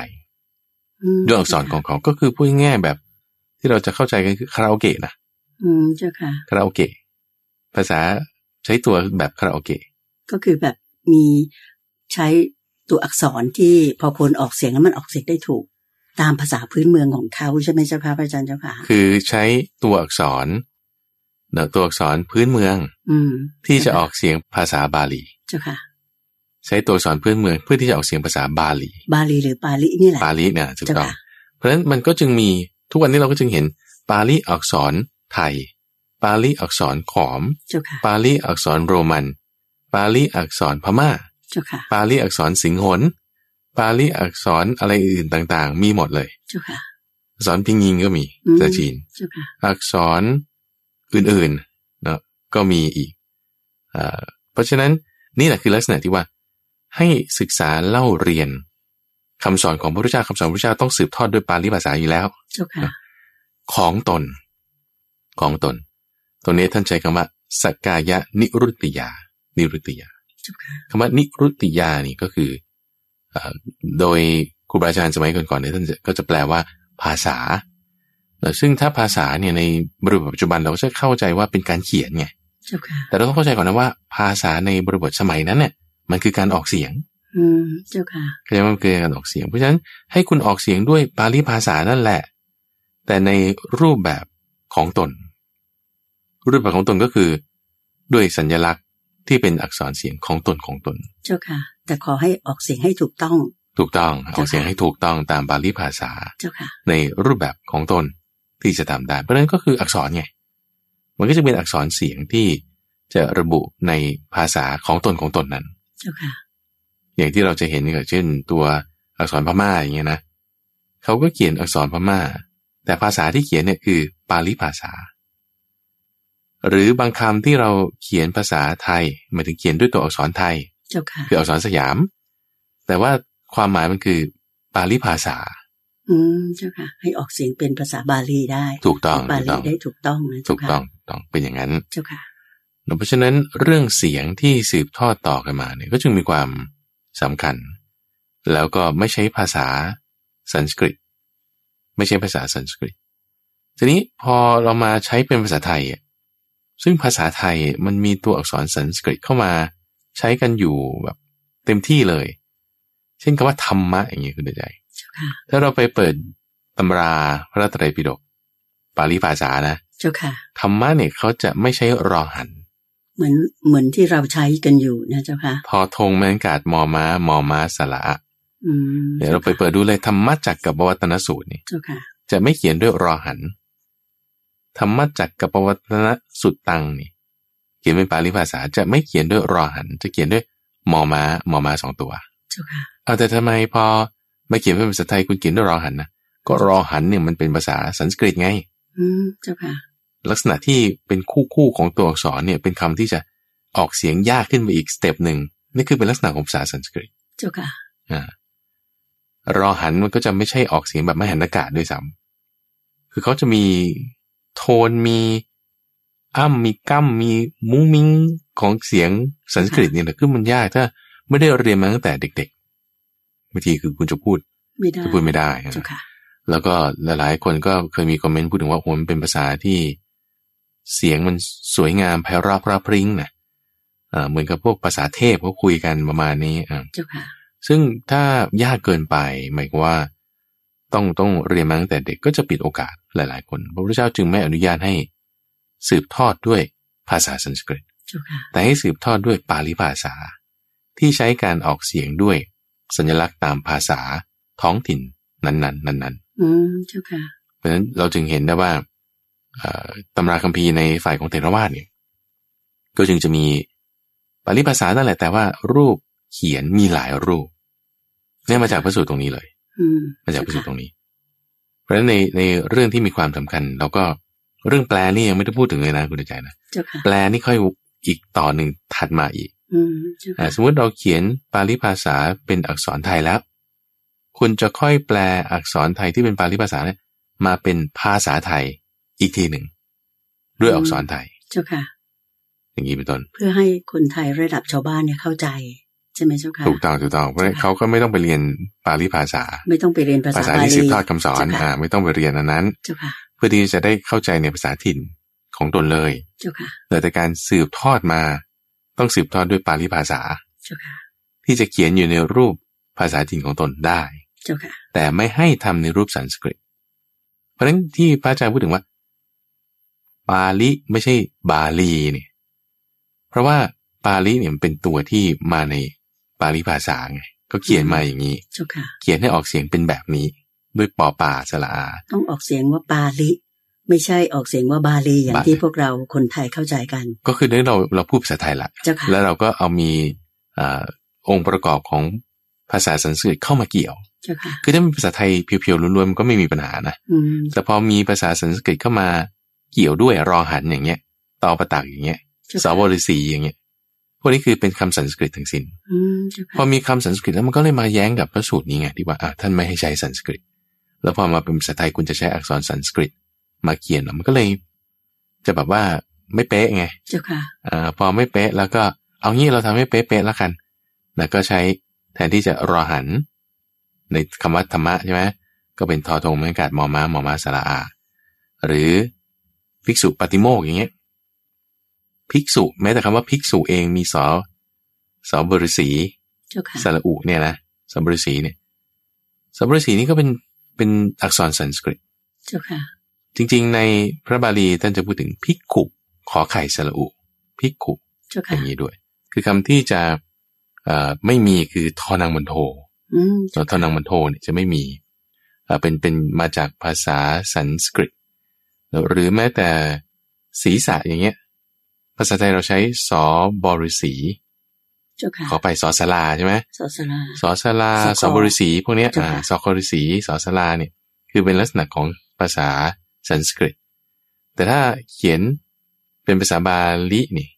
Speaker 1: ม
Speaker 2: ด้วยอักษรของเขาก็คือพูดง่ายๆแบบ ที่เราจะเข้าใจกันคือคาราโอเกะนะ
Speaker 1: อืมเจ้าค่ะ
Speaker 2: คาราโอเกะภาษาใช้ตัวแบบคาราโอเกะ
Speaker 1: ก็คือแบบมีใช้ตัวอักษรที่พอคนออกเสียงแล้วมันออกเสียงได้ถูก ตามภาษาพื้นเมืองของเขาใช่ไหมเจ้าค่ะพระอาจารย์เจ้าค่ะ
Speaker 2: คือใช้ตัวอักษรเนอะตัวอักษรพื้นเมือง
Speaker 1: อืม
Speaker 2: ที่จะออกเสียงภาษาบาลี
Speaker 1: เจ้าค่ะ
Speaker 2: ใช้ตัวอักษรพื้นเมืองเพื่อที่จะออกเสียงภาษาบาลี
Speaker 1: บาลีหรือปาลีนี่แหละ
Speaker 2: บาลีเนี่ยถูก
Speaker 1: เจ้า
Speaker 2: ต้อง
Speaker 1: ค่ะ
Speaker 2: เพราะฉะนั้นมันก็จึงมีทุกวันนี้เราก็จึงเห็นปาลีอักษรไทย ปาลีอักษรขอม
Speaker 1: เจ้าค่ะ
Speaker 2: ปาลีอักษรโรมัน ปาลีอักษรพม่า
Speaker 1: เจ้าค่ะ
Speaker 2: ปาลีอักษรสิงหนปาลีอักษรอะไรอื่นต่างๆ มีหมดเลย
Speaker 1: เจ้าค่ะ
Speaker 2: อักษรพิงยิงก็มี
Speaker 1: อืม
Speaker 2: จากจีน
Speaker 1: เจ้าค่ะ
Speaker 2: อักษรอื่นๆนะก็มีอีกอ่าเพราะฉะนั้นนี่แหละคือลักษณะที่ว่า ให้ศึกษาเล่าเรียนคำสอนของพระพุทธเจ้าคำสอนพระพุทธเจ้าต้องสืบทอดด้วยปาลีภาษาอยู่แล้ว
Speaker 1: เจ้าค่ะ
Speaker 2: ของตน ของตน ตรงนี้ท่านใช้คำว่าสักกายะนิรุตติยา นิรุตติยา
Speaker 1: เจ้าค่ะ
Speaker 2: คำว่านิรุตติยานี่ก็คือเอ่อโดยครูบาอาจารย์สมัยก่อนๆเนี่ยท่านจะก็จะแปลว่าภาษาแต่ซึ่งถ้าภาษาเนี่ยในบริบทปัจจุบันเราก็จะเข้าใจว่าเป็นการเขียนไง
Speaker 1: เจ้าค่ะ
Speaker 2: แต่เราต้องเข้าใจก่อนนะว่า ภาษาในบริบทสมัยนั้นเนี่ยมันคือการออกเสียง
Speaker 1: อืม เจ้าค่ะ
Speaker 2: เข้าใจไหมมันคือการออกเสียง เพราะฉะนั้นให้คุณออกเสียงด้วยปาลีภาษานั่นแหละ แต่ในรูปแบบของตน รูปแบบของตนก็คือ ด้วยสัญลักษณ์ที่เป็นอักษรเสียงของตนของตน
Speaker 1: เจ้าค่ะ แต่ขอให้ออกเสียงให้ถูกต้อง
Speaker 2: ถูกต้องออกเสียงให้ถูกต้องตามบาลีภาษา
Speaker 1: เจ้าค่ะ
Speaker 2: ในรูปแบบของตนที่จะทำได้ เพราะฉะนั้นก็คืออักษรไง มันก็จะเป็นอักษรเสียงที่จะระบุในภาษาของตนของตนนั้น
Speaker 1: เจ้าค่ะ
Speaker 2: อย่างที่เราจะเห็นอย่างเช่น ตัวอักษรพม่าอย่างเงี้ยนะเขาก็เขียนอักษรพม่า แต่ภาษาที่เขียนเนี่ยคือปาลีภาษา หรือบางคำที่เราเขียนภาษาไทยหมายถึงเขียนด้วยตัวอักษรไทย
Speaker 1: เจ้าค่ะ
Speaker 2: คืออักษรสยาม แต่ว่าความหมายมันคือปาลีภาษา
Speaker 1: อืม เจ้าค่ะ ให้ออกเสียงเป็นภาษาบาลีได้
Speaker 2: ถูกต้อง
Speaker 1: บาลี
Speaker 2: ถูกต้อง
Speaker 1: ได้ถูกต้องนะ
Speaker 2: ถู
Speaker 1: เจ้าก ค่ะ
Speaker 2: ต้องถูกต้องเป็นอย่างนั้น
Speaker 1: เจ้าค่ะ
Speaker 2: เพราะฉะนั้นเรื่องเสียงที่สืบทอดต่อกันมาเนี่ยก็จึงมีความสำคัญ แล้วก็ไม่ใช้ภาษาสันสกฤต ไม่ใช่ภาษาสันสกฤต ทีนี้พอเรามาใช้เป็นภาษาไทยอะซึ่งภาษาไทยมันมีตัวอักษรสันสกฤตเข้ามาใช้กันอยู่แบบเต็มที่เลย เช่นคำว่าธรรมะอย่างเงี้ยคุณเดชใจ
Speaker 1: เจ้าค่ะ
Speaker 2: ถ้าเราไปเปิดตำราพระไตรปิฎกปาลีภาษานะ
Speaker 1: เจ้าค่ะ
Speaker 2: ธรรมะเนี่ยเขาจะไม่ใช้รอหัน
Speaker 1: เหมือนเหมือนที่เราใช้กันอยู่นะเจ้าค่ะ
Speaker 2: ทอทงแมนกาดมอม้ามอม้าสละอะ
Speaker 1: อืม
Speaker 2: เดี๋ยวเราไปเปิดดูเลยธรรมะจักรกับปวัตนสูตรนี่
Speaker 1: เจ้าค่ะ
Speaker 2: จะไม่เขียนด้วยรอหัน ธรรมะจักรกับปวัตนสุตตังนี่เขียนเป็นปาลีภาษาจะไม่เขียนด้วยรอหัน จะเขียนด้วยมอม้ามอม้าสองตัว
Speaker 1: เจ้าค่ะ
Speaker 2: เอาแต่ทำไมพอมาเขียนเป็นภาษาไทยคุณเขียนด้วยรอหันนะก็รอหันเนี่ยมันเป็นภาษาสันสกฤตไง
Speaker 1: อืม เจ้าค่ะ
Speaker 2: ลักษณะที่เป็นคู่คู่ของตัวอักษรเนี่ยเป็นคำที่จะออกเสียงยากขึ้นไปอีกสเต็ปหนึ่งนี่คือเป็นลักษณะของภาษาสันสกฤต
Speaker 1: เจ้าค่ะ
Speaker 2: อ่ารอหันมันก็จะไม่ใช่ออกเสียงแบบมหันตากาศด้วยซ้ำคือเขาจะมีโทนมีอ้ำมีกั้มมีมุ้งมิ้งของเสียงสันสกฤตเนี่ยนะคือมันยากถ้าไม่ได้เรียนมาตั้งแต่เด็กๆบางทีคือคุณจะพูด
Speaker 1: ไม่ได้
Speaker 2: จะพูดไม่ได้นะ
Speaker 1: เจ้าค่ะ
Speaker 2: แล้วก็หลายๆ คนก็เคยมีคอมเมนต์พูดถึงว่าโอ้โหมันเป็นภาษาที่เสียงมันสวยงามไพเราะเพราะพริ้งนะเอ่อเหมือนกับพวกภาษาเทพเขาคุยกันประมาณนี้อ่ะ
Speaker 1: เจ้าค่ะ
Speaker 2: ซึ่งถ้ายากเกินไปหมายความว่า ต้องต้องเรียนมาตั้งแต่เด็กก็จะปิดโอกาสหลาย ๆ คน พระพุทธเจ้าจึงไม่อนุญาตให้สืบทอดด้วยภาษาสันสกฤต
Speaker 1: เจ้าค่ะ
Speaker 2: แต่ให้สืบทอดด้วยปาลิภาษา ที่ใช้การออกเสียงด้วยสัญลักษณ์ตามภาษาท้องถิ่นนั้นๆนั้นๆ
Speaker 1: อืม เจ้าค่ะ
Speaker 2: เพราะฉะนั้นเราจึงเห็นได้ว่าเอ่อตำราคัมภีร์ในฝ่ายของเถรวาทเนี่ยก็จึงจะมีปาลิภาษานั่นแหละแต่ว่ารูปเขียนมีหลายรูปเนี่ยมาจากพระสูตรตรงนี้เลย
Speaker 1: อืม
Speaker 2: มาจากพระสู
Speaker 1: เจ้า
Speaker 2: ตร
Speaker 1: ค่ะ
Speaker 2: ตรงนี้ เพราะฉะนั้นในในเรื่องที่มีความสำคัญเราก็เรื่องแปลนี่ยังไม่ได้พูดถึงเลยนะคุณใจนะ
Speaker 1: เจ้าค่ะ
Speaker 2: แปลนี่ค่อยอีกต่อหนึ่งถัดมาอีก
Speaker 1: อืม เจ้า
Speaker 2: อ่ะ
Speaker 1: ค่ะ
Speaker 2: สมมุติเราเขียนปาลิภาษาเป็นอักษรไทยแล้ว คุณจะค่อยแปลอักษรไทยที่เป็นปาลิภาษาเนี่ยมาเป็นภาษาไทยอีกทีหนึ่ง ด้วยอักษรไทย
Speaker 1: เจ้าค่ะ
Speaker 2: อย่างนี้เป็นต้น
Speaker 1: เพื่อให้คนไทยระดับชาวบ้านเนี่ยเข้าใจ ใช่ไหมเจ้าค่ะ
Speaker 2: ถูกต้องถูกต้องเพราะ
Speaker 1: ค่ะ
Speaker 2: เขาก็ไม่ต้องไปเรียนปาลีภาษา
Speaker 1: ไม่ต้องไปเรียนภา
Speaker 2: ภา
Speaker 1: ษา
Speaker 2: ษา
Speaker 1: บา
Speaker 2: ที่
Speaker 1: ลี
Speaker 2: สืบทอดคำสอน
Speaker 1: ใช่ค่ะ
Speaker 2: อ่าไม่ต้องไปเรียนอันนั้น
Speaker 1: เจ้าค่ะ
Speaker 2: เพื่อที่จะได้เข้าใจในภาษาถิ่นของตนเลย
Speaker 1: เจ้าค่ะ
Speaker 2: แต่แต่การสืบทอดมา ต้องสืบทอดด้วยปาลีภาษา
Speaker 1: เจ้าค่ะ
Speaker 2: ที่จะเขียนอยู่ในรูปภาษาถิ่นของตนได้
Speaker 1: เจ้าค่ะ
Speaker 2: แต่ไม่ให้ทำในรูปสันสกฤต เพราะฉะนั้นที่พระอาจารย์พูดถึงว่า ปาลิไม่ใช่บาลีเนี่ย เพราะว่าปาลิเนี่ยมันเป็นตัวที่มาในปาลิภาษาไงก็เขียนมาอย่างนี้
Speaker 1: เจ้าค่ะ
Speaker 2: เขียนให้ออกเสียงเป็นแบบนี้ ด้วยปอป่าสละอา
Speaker 1: ต้องออกเสียงว่าปาลิ ไม่ใช่ออกเสียงว่าบาลีอย่าง
Speaker 2: บาลี
Speaker 1: ที่พวกเราคนไทยเข้าใจกัน
Speaker 2: ก็คือได้เราเราพูดภาษาไทยละ
Speaker 1: เจ้าค่ะ
Speaker 2: แล้วเราก็เอามีอาองค์ประกอบของภาษาสันสกฤตเข้ามาเกี่ยว
Speaker 1: เจ้าค่ะ
Speaker 2: คือถ้าเป็นภาษาไทยเพียวๆล้วนๆมันก็ไม่มีปัญหานะ
Speaker 1: อืม
Speaker 2: แต่พอมีภาษาสันสกฤตเข้ามาเกี่ยวด้วยรอหันอย่างเงี้ยตอประตักอย่างเงี้ย
Speaker 1: เจ้า
Speaker 2: สาว
Speaker 1: ค่ะ
Speaker 2: รสีอย่างเงี้ยพวกนี้คือเป็นคำสันสกฤตทั้งสิน้น
Speaker 1: อืมเจ้า
Speaker 2: พอ
Speaker 1: ค่ะ
Speaker 2: มีคำสันสกฤตแล้วมันก็เลยมาแย้งกับพระสูตรนี้ไงที่ว่าอ่ะท่านไม่ให้ใช้สันสกฤต แล้วพอมาเป็นภาษาไทยคุณจะใช้อักษรสันสกฤต มาเขียนอ่ะมันก็เลย จะแบบว่าไม่เป๊ะไง
Speaker 1: เจ้าค่ะ
Speaker 2: เออพอไม่เป๊ะแล้วก็เอางี้เราทำให้เป๊ะๆแล้วกัน แล้วก็ใช้แทนที่จะรอหัน ในคำว่าธรรมะใช่ไหมก็เป็นทอทงไม้กาดมอม้ามอม้าสระอา หรือภิกษุปฏิโมกข์อย่างเงี้ยภิกษุแม้แต่คำว่าภิกษุเองมีสอสอบริษี
Speaker 1: เจ้าค่ะ
Speaker 2: สระอุเนี่ยนะสอบริษีเนี่ยสอบริษีนี่ก็เป็นเป็นอักษรสันสกฤต
Speaker 1: เจ้าค่ะ
Speaker 2: จริงๆ ในพระบาลีท่านจะพูดถึงภิกขุขอไข่สระอุภิกขุ
Speaker 1: เจ้า
Speaker 2: อ
Speaker 1: ค่ะ
Speaker 2: ย่างนี้ด้วย คือคำที่จะเอ่อไม่มีคือทอนังบันโท
Speaker 1: อืม
Speaker 2: ตัวทอนังบันโทเนี่ยจะไม่มีเอ่อเป็นเป็นมาจากภาษาสันสกฤต หรือแม้แต่ศีรษะอย่างเงี้ย ภาษาไทยเราใช้สอบริสี
Speaker 1: เจ้าค่ะ
Speaker 2: ขอไปสอสลาใช่ไหม
Speaker 1: สอสลา
Speaker 2: สอสลา
Speaker 1: สก
Speaker 2: สอบริสีพวกเนี้ย
Speaker 1: เจ้าค่ะ
Speaker 2: อ่าสอกริสีสอสลาเนี่ยคือเป็นลักษณะของภาษาสันสกฤต แต่ถ้าเขียนเป็นภาษาบาลีนี่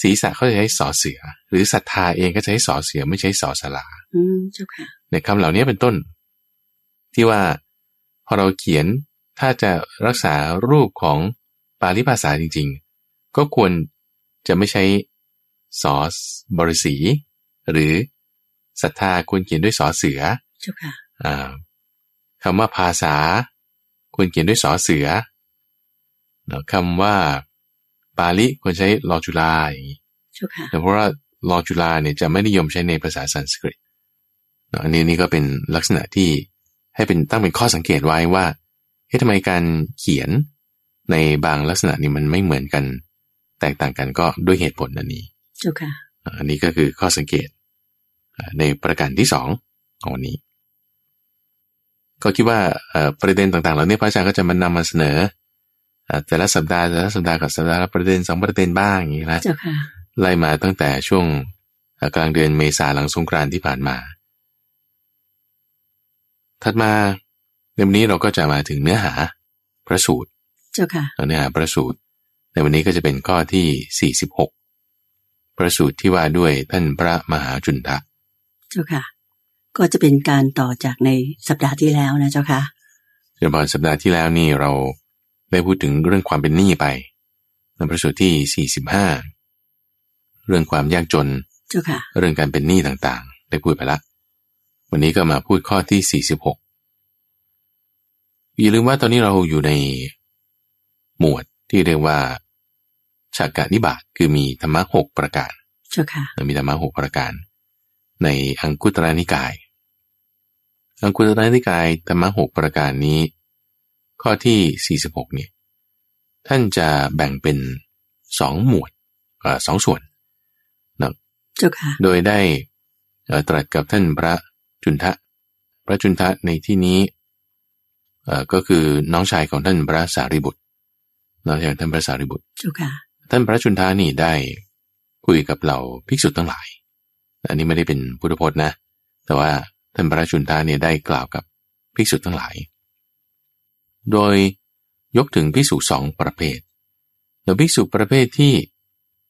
Speaker 2: ศีรษะเขาจะใช้สอเสือ หรือศรัทธาเองก็จะใช้สอเสือไม่ใช้สอสลา
Speaker 1: อืมเจ้าค่ะ
Speaker 2: ในคำเหล่านี้เป็นต้น ที่ว่าพอเราเขียนถ้าจะรักษารูปของปาลิภาษาจริง ๆ ก็ควรจะไม่ใช้สอบริสีหรือศรัทธาควรเขียนด้วยสอเสือ
Speaker 1: เจ้าค่ะ
Speaker 2: อ่าคำว่าภาษา ควรเขียนด้วยสอเสือแล้วคำว่าปาลิควรใช้ลอจุลาอย่างนี้
Speaker 1: เจ้าค่ะ
Speaker 2: แต่เพราะว่าลอจุลาเนี่ยจะไม่นิยมใช้ในภาษาสันสกฤตเนอะอันนี้นี่ก็เป็นลักษณะที่ให้เป็นตั้งเป็นข้อสังเกตไว้ว่าเอ๊ะทำไมการเขียนในบางลักษณะนี่มันไม่เหมือนกัน แตกต่างกันก็ด้วยเหตุผลอันนี้
Speaker 1: เจ้าค่ะ
Speaker 2: อ่ะอันนี้ก็คือข้อสังเกตอ่ะในประการที่สองของวันนี้ ก็คิดว่าเอ่อประเด็นต่างๆเหล่านี้พระอาจารย์ก็จะมานำมาเสนออ่ะแต่ละสัปดาห์แต่ละสัปดาห์กับสัปดาห์ละประเด็นสองประเด็นบ้างอย่างนี้นะ
Speaker 1: เจ้าค่ะ
Speaker 2: ไล่มาตั้งแต่ช่วงเอ่อกลางเดือนเมษาหลังสงกรานต์ที่ผ่านมา ถัดมาในวันนี้เราก็จะมาถึงเนื้อหาพระสูตร
Speaker 1: เจ้าค่ะ
Speaker 2: เนื้อหาพระสูตร ในวันนี้ก็จะเป็นข้อที่ 46 พระสูตรที่ว่าด้วยท่านพระมหาจุนทะ
Speaker 1: เจ้าค่ะ ก็จะเป็นการต่อจากในสัปดาห์ที่แล้วนะเจ้าค่ะ
Speaker 2: เฉพาะสัปดาห์ที่แล้วนี่เราได้พูดถึงเรื่องความเป็นหนี้ไปในพระสูตรที่ 45 เรื่องความยากจน
Speaker 1: เจ้าค่ะ
Speaker 2: เรื่องการเป็นหนี้ต่างๆ ได้พูดไปละ วันนี้ก็มาพูดข้อที่ 46 อย่าลืมว่าตอนนี้เราอยู่ในหมวดที่เรียกว่าฉากกะนิบาตคือมีธรรมะหกประการ
Speaker 1: เจ้าค่ะ
Speaker 2: มีธรรมะหกประการ ในอังคุตรนิกาย อังคุตรนิกายธรรมะหกประการนี้ ข้อที่ 46เนี่ยท่านจะแบ่งเป็นสองหมวดเอ่อสองส่วน
Speaker 1: เจ้าค่ะ
Speaker 2: โดยได้เอ่อตรัสกับท่านพระจุนทะ พระจุนทะในที่นี้เอ่อก็คือน้องชายของท่านพระสารีบุตร น้องชายของท่านพระสารีบุตร
Speaker 1: เจ้าค่ะ
Speaker 2: ท่านพระจุนทานี่ได้คุยกับเหล่าภิกษุทั้งหลาย อันนี้ไม่ได้เป็นพุทธพจน์นะ แต่ว่าท่านพระจุนทาเนี่ยได้กล่าวกับภิกษุทั้งหลาย โดยยกถึงภิกษุสองประเภทโดยภิกษุประเภทที่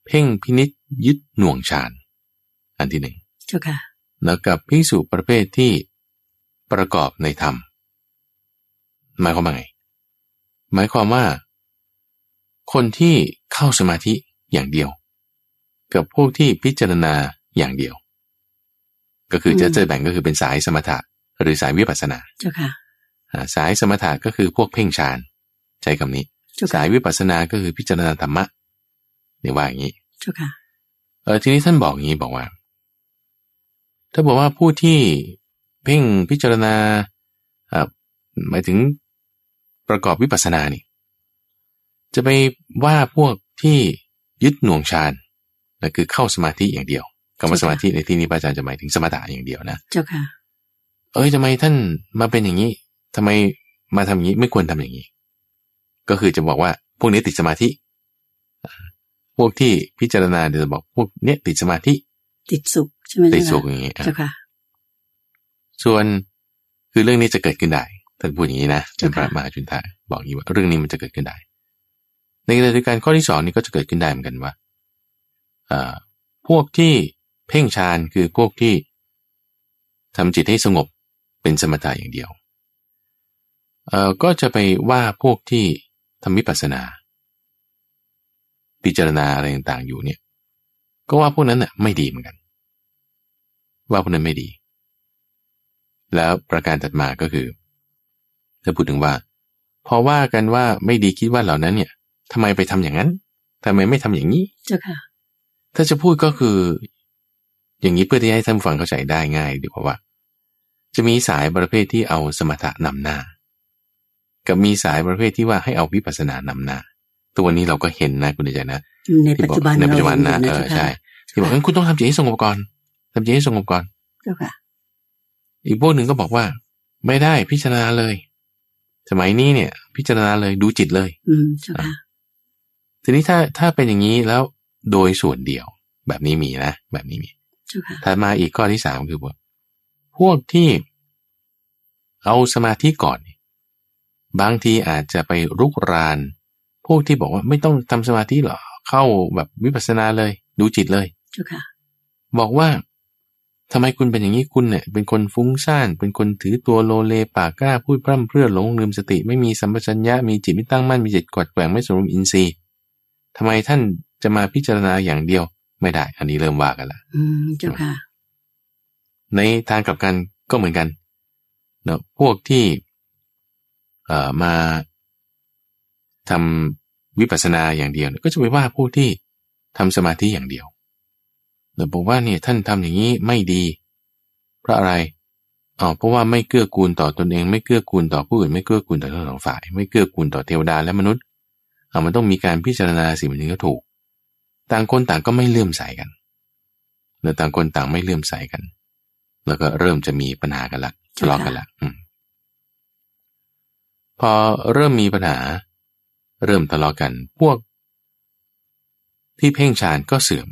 Speaker 2: เพ่งพินิษยึดหน่วงฌาน อันที่หนึ่ง
Speaker 1: เจ้าค่ะ
Speaker 2: แล้วกับภิกษุประเภทที่ประกอบในธรรม หมายความว่าไง หมายความว่า คนที่เข้าสมาธิอย่างเดียว กับพวกที่พิจารณาอย่างเดียว ก็คือ
Speaker 1: อืม
Speaker 2: จะจะแบ่งก็คือเป็นสายสมถะหรือสายวิปัสสนา
Speaker 1: เจ้าค่ะ
Speaker 2: อ่าสายสมถะก็คือพวกเพ่งฌานใช้คำนี้
Speaker 1: เจ้า
Speaker 2: สา
Speaker 1: ค่ะ
Speaker 2: ยวิปัสสนาก็คือพิจารณาธรรมะเนี่ยว่าอย่างนี้
Speaker 1: เจ้าค่ะ
Speaker 2: เออทีนี้ท่านบอกอย่างนี้บอกว่า ถ้าบอกว่าผู้ที่เพ่งพิจารณาเอ่อหมายถึงประกอบวิปัสสนานี่ จะไปว่าพวกที่ยึดหน่วงฌานนั่นคือเข้าสมาธิอย่างเดียวกรรมสมาธิในที่นี้พระอาจารย์จะหมายถึงสมถะอย่างเดียวนะ
Speaker 1: เจ้าค่ะ
Speaker 2: เอ้ยทำไมท่านมาเป็นอย่างนี้ทำไมมาทำอย่างนี้ไม่ควรทำอย่างนี้ ก็คือจะบอกว่าพวกนี้ติดสมาธิอ่าพวกที่พิจารณาเดี๋ยวจะบอกพวกเนี้ยติดสมาธิ
Speaker 1: ติดสุขใช่ไหม
Speaker 2: ติด
Speaker 1: เจ้า
Speaker 2: สุข
Speaker 1: ค่ะ
Speaker 2: อย่างนี้อ่ะ
Speaker 1: เจ้าค่ะ
Speaker 2: ส่วนคือเรื่องนี้จะเกิดขึ้นได้ท่านพูดอย่างนี้นะ
Speaker 1: เจ้า
Speaker 2: ท่านพ
Speaker 1: ค่ะ
Speaker 2: ระมหาจุนทะบอกอย่างนี้ว่าเรื่องนี้มันจะเกิดขึ้นได้ ในขณะเดียวกันข้อที่สองนี่ก็จะเกิดขึ้นได้เหมือนกันว่าอ่าพวกที่เพ่งฌานคือพวกที่ทำจิตให้สงบเป็นสมถะอย่างเดียว เอ่อก็จะไปว่าพวกที่ทำวิปัสสนา พิจารณาอะไรต่างๆอยู่เนี่ย ก็ว่าพวกนั้นน่ะไม่ดีเหมือนกัน ว่าพวกนั้นไม่ดี แล้วประการถัดมาก็คือจะพูดถึงว่า พอว่ากันว่าไม่ดีคิดว่าเหล่านั้นเนี่ยทำไมไปทำอย่างนั้นทำไมไม่ทำอย่างนี้
Speaker 1: เจ้าค่ะ
Speaker 2: ถ้าจะพูดก็คือ อย่างนี้เพื่อที่ให้ท่านผู้ฟังเข้าใจได้ง่ายดีกว่าว่า จะมีสายประเภทที่เอาสมถะนำหน้า กับมีสายประเภทที่ว่าให้เอาวิปัสสนานำหน้า ตัวนี้เราก็เห็นนะคุณเดชนะ
Speaker 1: ใน
Speaker 2: ที่
Speaker 1: ปัจ
Speaker 2: บอก
Speaker 1: จุบัน
Speaker 2: ใน
Speaker 1: เรา
Speaker 2: ปัจจุบัน
Speaker 1: เห็
Speaker 2: นะ
Speaker 1: นอยู่
Speaker 2: เออ
Speaker 1: เจ้าค่ะ
Speaker 2: ใช่ที่บอกงั้นคุณต้องทำจิตให้สงบก่อนทำจิตให้สงบก่อน
Speaker 1: เจ้าค่ะ
Speaker 2: อีกพวกหนึ่งก็บอกว่า ไม่ได้พิจารณาเลย สมัยนี้เนี่ย พิจารณาเลยดูจิตเลย
Speaker 1: อืมเจ้าค่ะ
Speaker 2: ทีนี้ถ้าถ้าเป็นอย่างนี้แล้วโดยส่วนเดียว แบบนี้มีนะแบบนี้มี
Speaker 1: เจ้าค่ะ
Speaker 2: ถัดมาอีกข้อที่สามคือว่าพวกที่เอาสมาธิก่อนเนี่ยบางทีอาจจะไปรุกราน พวกที่บอกว่าไม่ต้องทำสมาธิหรอกเข้าแบบวิปัสสนาเลย ดูจิตเลย
Speaker 1: เจ้าค่ะ
Speaker 2: บอกว่าทำไมคุณเป็นอย่างนี้คุณเนี่ย เป็นคนฟุ้งซ่าน เป็นคนถือตัวโลเลปากกล้าพูดพร่ำเพรื่อหลงลืมสติ ไม่มีสัมปชัญญะมีจิตไม่ตั้งมั่นมีจิตกวัดแกว่งไม่สมรวมอินทรีย์ทำไมท่านจะมาพิจารณาอย่างเดียวไม่ได้ อันนี้เริ่มว่ากันละ
Speaker 1: อืมเจ้าค่ะ
Speaker 2: ในทางกลับกันก็เหมือนกันเนอะพวกที่เอ่อมาทำวิปัสสนาอย่างเดียวเนี่ยก็จะไปว่าพวกที่ทำสมาธิอย่างเดียวเนอะบอกว่าเนี่ยท่านทำอย่างนี้ไม่ดี เพราะอะไรอ๋อเพราะว่าไม่เกื้อกูลต่อตนเอง ไม่เกื้อกูลต่อผู้อื่นไม่เกื้อกูลต่อทั้งสองฝ่าย ไม่เกื้อกูลต่อเทวดาและมนุษย์เอามันต้องมีการพิจารณาสิมันถึงจะถูก ต่างคนต่างก็ไม่เลื่อมใสกันเนอะต่างคนต่างไม่เลื่อมใสกัน แล้วก็เริ่มจะมีปัญหากันละทะเลาะกันละอืมพอเริ่มมีปัญหา เริ่มทะเลาะกัน พวก ที่เพ่งฌานก็เสื่อม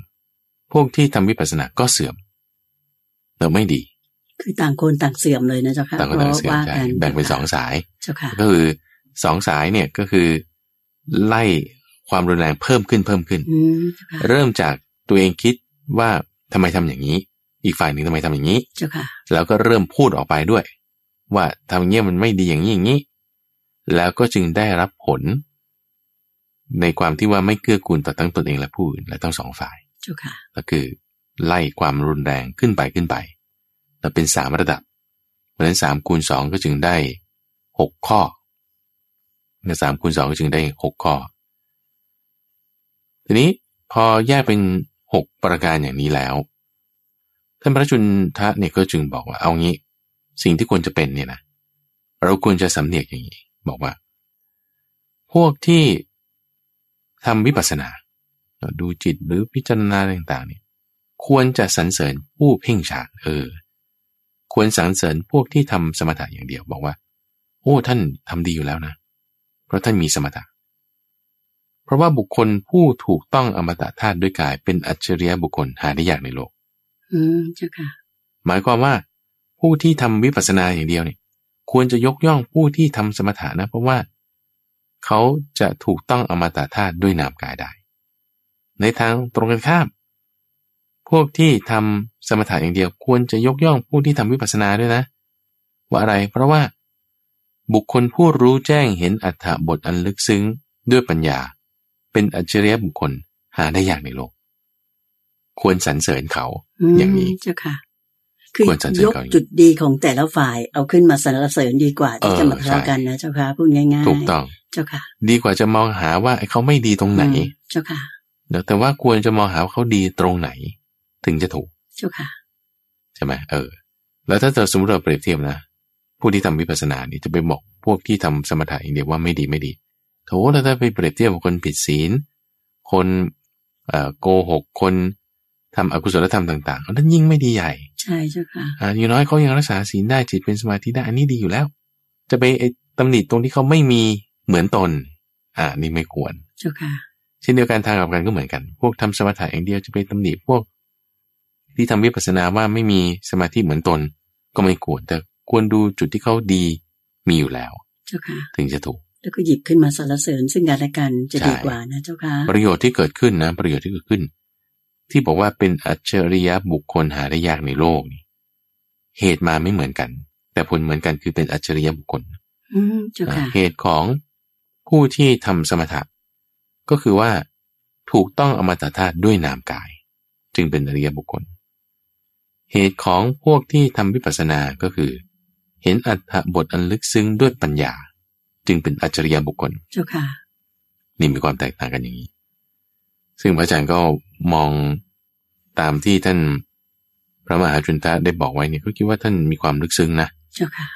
Speaker 2: พวกที่ทำวิปัสสนาก็เสื่อมเราไม่ดี
Speaker 1: คือต่างคนต่างเสื่อมเลยนะเจ้าค่ะ
Speaker 2: ต่างคนต่างเสื่อม
Speaker 1: ว่า
Speaker 2: ใช่
Speaker 1: กัน
Speaker 2: แบ่งเป็นสองสาย
Speaker 1: เจ้าค่ะ
Speaker 2: ก็คือสองสายเนี่ยก็คือ ไล่ความรุนแรงเพิ่มขึ้นเพิ่มขึ้น
Speaker 1: อืมเจ้าค่ะ
Speaker 2: เริ่มจากตัวเองคิดว่าทำไมทำอย่างนี้ อีกฝ่ายหนึ่งทำไมทำอย่างนี้
Speaker 1: เจ้าค่ะ
Speaker 2: แล้วก็เริ่มพูดออกไปด้วย ว่าทำอย่างเงี้ยมันไม่ดีอย่างนี้อย่างนี้ แล้วก็จึงได้รับผล ในความที่ว่าไม่เกื้อกูลต่อทั้งตนเองและผู้อื่นและทั้งสองฝ่าย
Speaker 1: เจ้าค่ะ
Speaker 2: ก็คือไล่ความรุนแรงขึ้นไปขึ้นไปแล้วเป็นสามระดับ เพราะฉะนั้นสามคูณสองก็จึงได้หกข้อสามคูณสองก็จึงได้หกข้อ ทีนี้พอแยกเป็นหกประการอย่างนี้แล้ว ท่านพระจุนทะเนี่ยก็จึงบอกว่าเอางี้ สิ่งที่ควรจะเป็นเนี่ยนะเราควรจะสำเนียกอย่างนี้ บอกว่า พวกที่ทำวิปัสสนา ดูจิตหรือพิจารณาอะไรต่างๆเนี่ยควรจะสรรเสริญผู้เพ่งฌานเออ ควรสรรเสริญพวกที่ทำสมถะอย่างเดียว บอกว่า โอ้ท่านทำดีอยู่แล้วนะ เพราะท่านมีสมถะ เพราะว่าบุคคลผู้ถูกต้องอมตะธาตุด้วยกายเป็นอัจฉริยะบุคคลหาได้ยากในโลก
Speaker 1: อืมเจ้าค่ะ
Speaker 2: หมายความว่าผู้ที่ทำวิปัสสนาอย่างเดียวเนี่ยควรจะยกย่องผู้ที่ทำสมถะนะ เพราะว่าเขาจะถูกต้องอมตะธาตุด้วยนามกายได้ ในทางตรงกันข้าม พวกที่ทำสมถะอย่างเดียว ควรจะยกย่องผู้ที่ทำวิปัสสนาด้วยนะ ว่าอะไรเพราะว่า บุคคลผู้รู้แจ้งเห็นอัฏฐบทอันลึกซึ้งด้วยปัญญา เป็นอัจฉริยะบุคคลหาได้ยากในโลก ควรสรรเสริญเขา
Speaker 1: ม
Speaker 2: อย่างนี้
Speaker 1: เจ้าค่ะ คือ
Speaker 2: ควรจะเจอย
Speaker 1: ก
Speaker 2: กันอย่างนี้
Speaker 1: จุดดีของแต่ละฝ่ายเอาขึ้นมาสรรเสริญดีกว่าที่
Speaker 2: เออ
Speaker 1: จะมาทะเลาะ
Speaker 2: ใช่
Speaker 1: กันนะเจ้าค่ะพูดง่ายๆ
Speaker 2: ถูกต้อง
Speaker 1: เจ้าค่ะ
Speaker 2: ดีกว่าจะมองหาว่าไอ้เขาไม่ดีตรงไหน
Speaker 1: อืมเจ้าค่ะ
Speaker 2: เนอะแต่ว่าควรจะมองหาว่าเขาดีตรงไหน ถึงจะถูก
Speaker 1: เจ้าค่ะ
Speaker 2: ใช่ไหมเออ แล้วถ้าเราสมมติเราเปรียบเทียบนะ ผู้ที่ทำวิปัสสนานี่จะไปบอกพวกที่ทำสมถะอย่างเดียวว่าไม่ดีไม่ดีโถแล้วถ้าไปเปรียบเทียบกับคนผิดศีล คนเอ่อโกหก คนทำอกุศลธรรมต่างๆอันนั้นยิ่งไม่ดีใหญ่
Speaker 1: ใช่เจ้าค่ะ
Speaker 2: อ่าอย่างน้อยเขายังรักษาศีลได้จิตเป็นสมาธิได้อันนี้ดีอยู่แล้ว จะไปไอ้ตำหนิตรงที่เขาไม่มีเหมือนตน อ่านี่ไม่ควร
Speaker 1: เจ้าค่ะ
Speaker 2: เช่นเดียวกันทางกลับกันก็เหมือนกัน พวกทำสมถะอย่างเดียวจะไปตำหนิพวก ที่ทำวิปัสสนาว่าไม่มีสมาธิเหมือนตน ก็ไม่ควรแต่ควรดูจุดที่เขาดีมีอยู่แล้ว
Speaker 1: เจ้าค่ะ
Speaker 2: ถึงจะถูก
Speaker 1: แล้วก็หยิบขึ้นมาสรรเสริญซึ่งกันและกันจะ
Speaker 2: ใช่
Speaker 1: ดีกว่านะเจ้าค่ะ
Speaker 2: ประโยชน์ที่เกิดขึ้นนะประโยชน์ที่เกิดขึ้น ที่บอกว่าเป็นอัจฉริยะบุคคลหาได้ยากในโลกนี่เหตุมาไม่เหมือนกัน แต่ผลเหมือนกันคือเป็นอัจฉริยะบุคคล
Speaker 1: อืมเจ้า
Speaker 2: อ่า
Speaker 1: ค่ะ
Speaker 2: เหตุของผู้ที่ทำสมถะก็คือว่าถูกต้องอมตะธาตุด้วยนามกาย จึงเป็นอริยบุคคล เหตุของพวกที่ทำวิปัสสนาก็คือ เห็นอัฏฐบทอันลึกซึ้งด้วยปัญญา จึงเป็นอัจฉริยบุคคล
Speaker 1: เจ้าค่ะ
Speaker 2: นี่มีความแตกต่างกันอย่างนี้ ซึ่งพระอาจารย์ก็มองตามที่ท่านพระมหาจุนทะได้บอกไว้เนี่ยก็คิดว่าท่านมีความลึกซึ้งนะ
Speaker 1: เจ้าค่ะ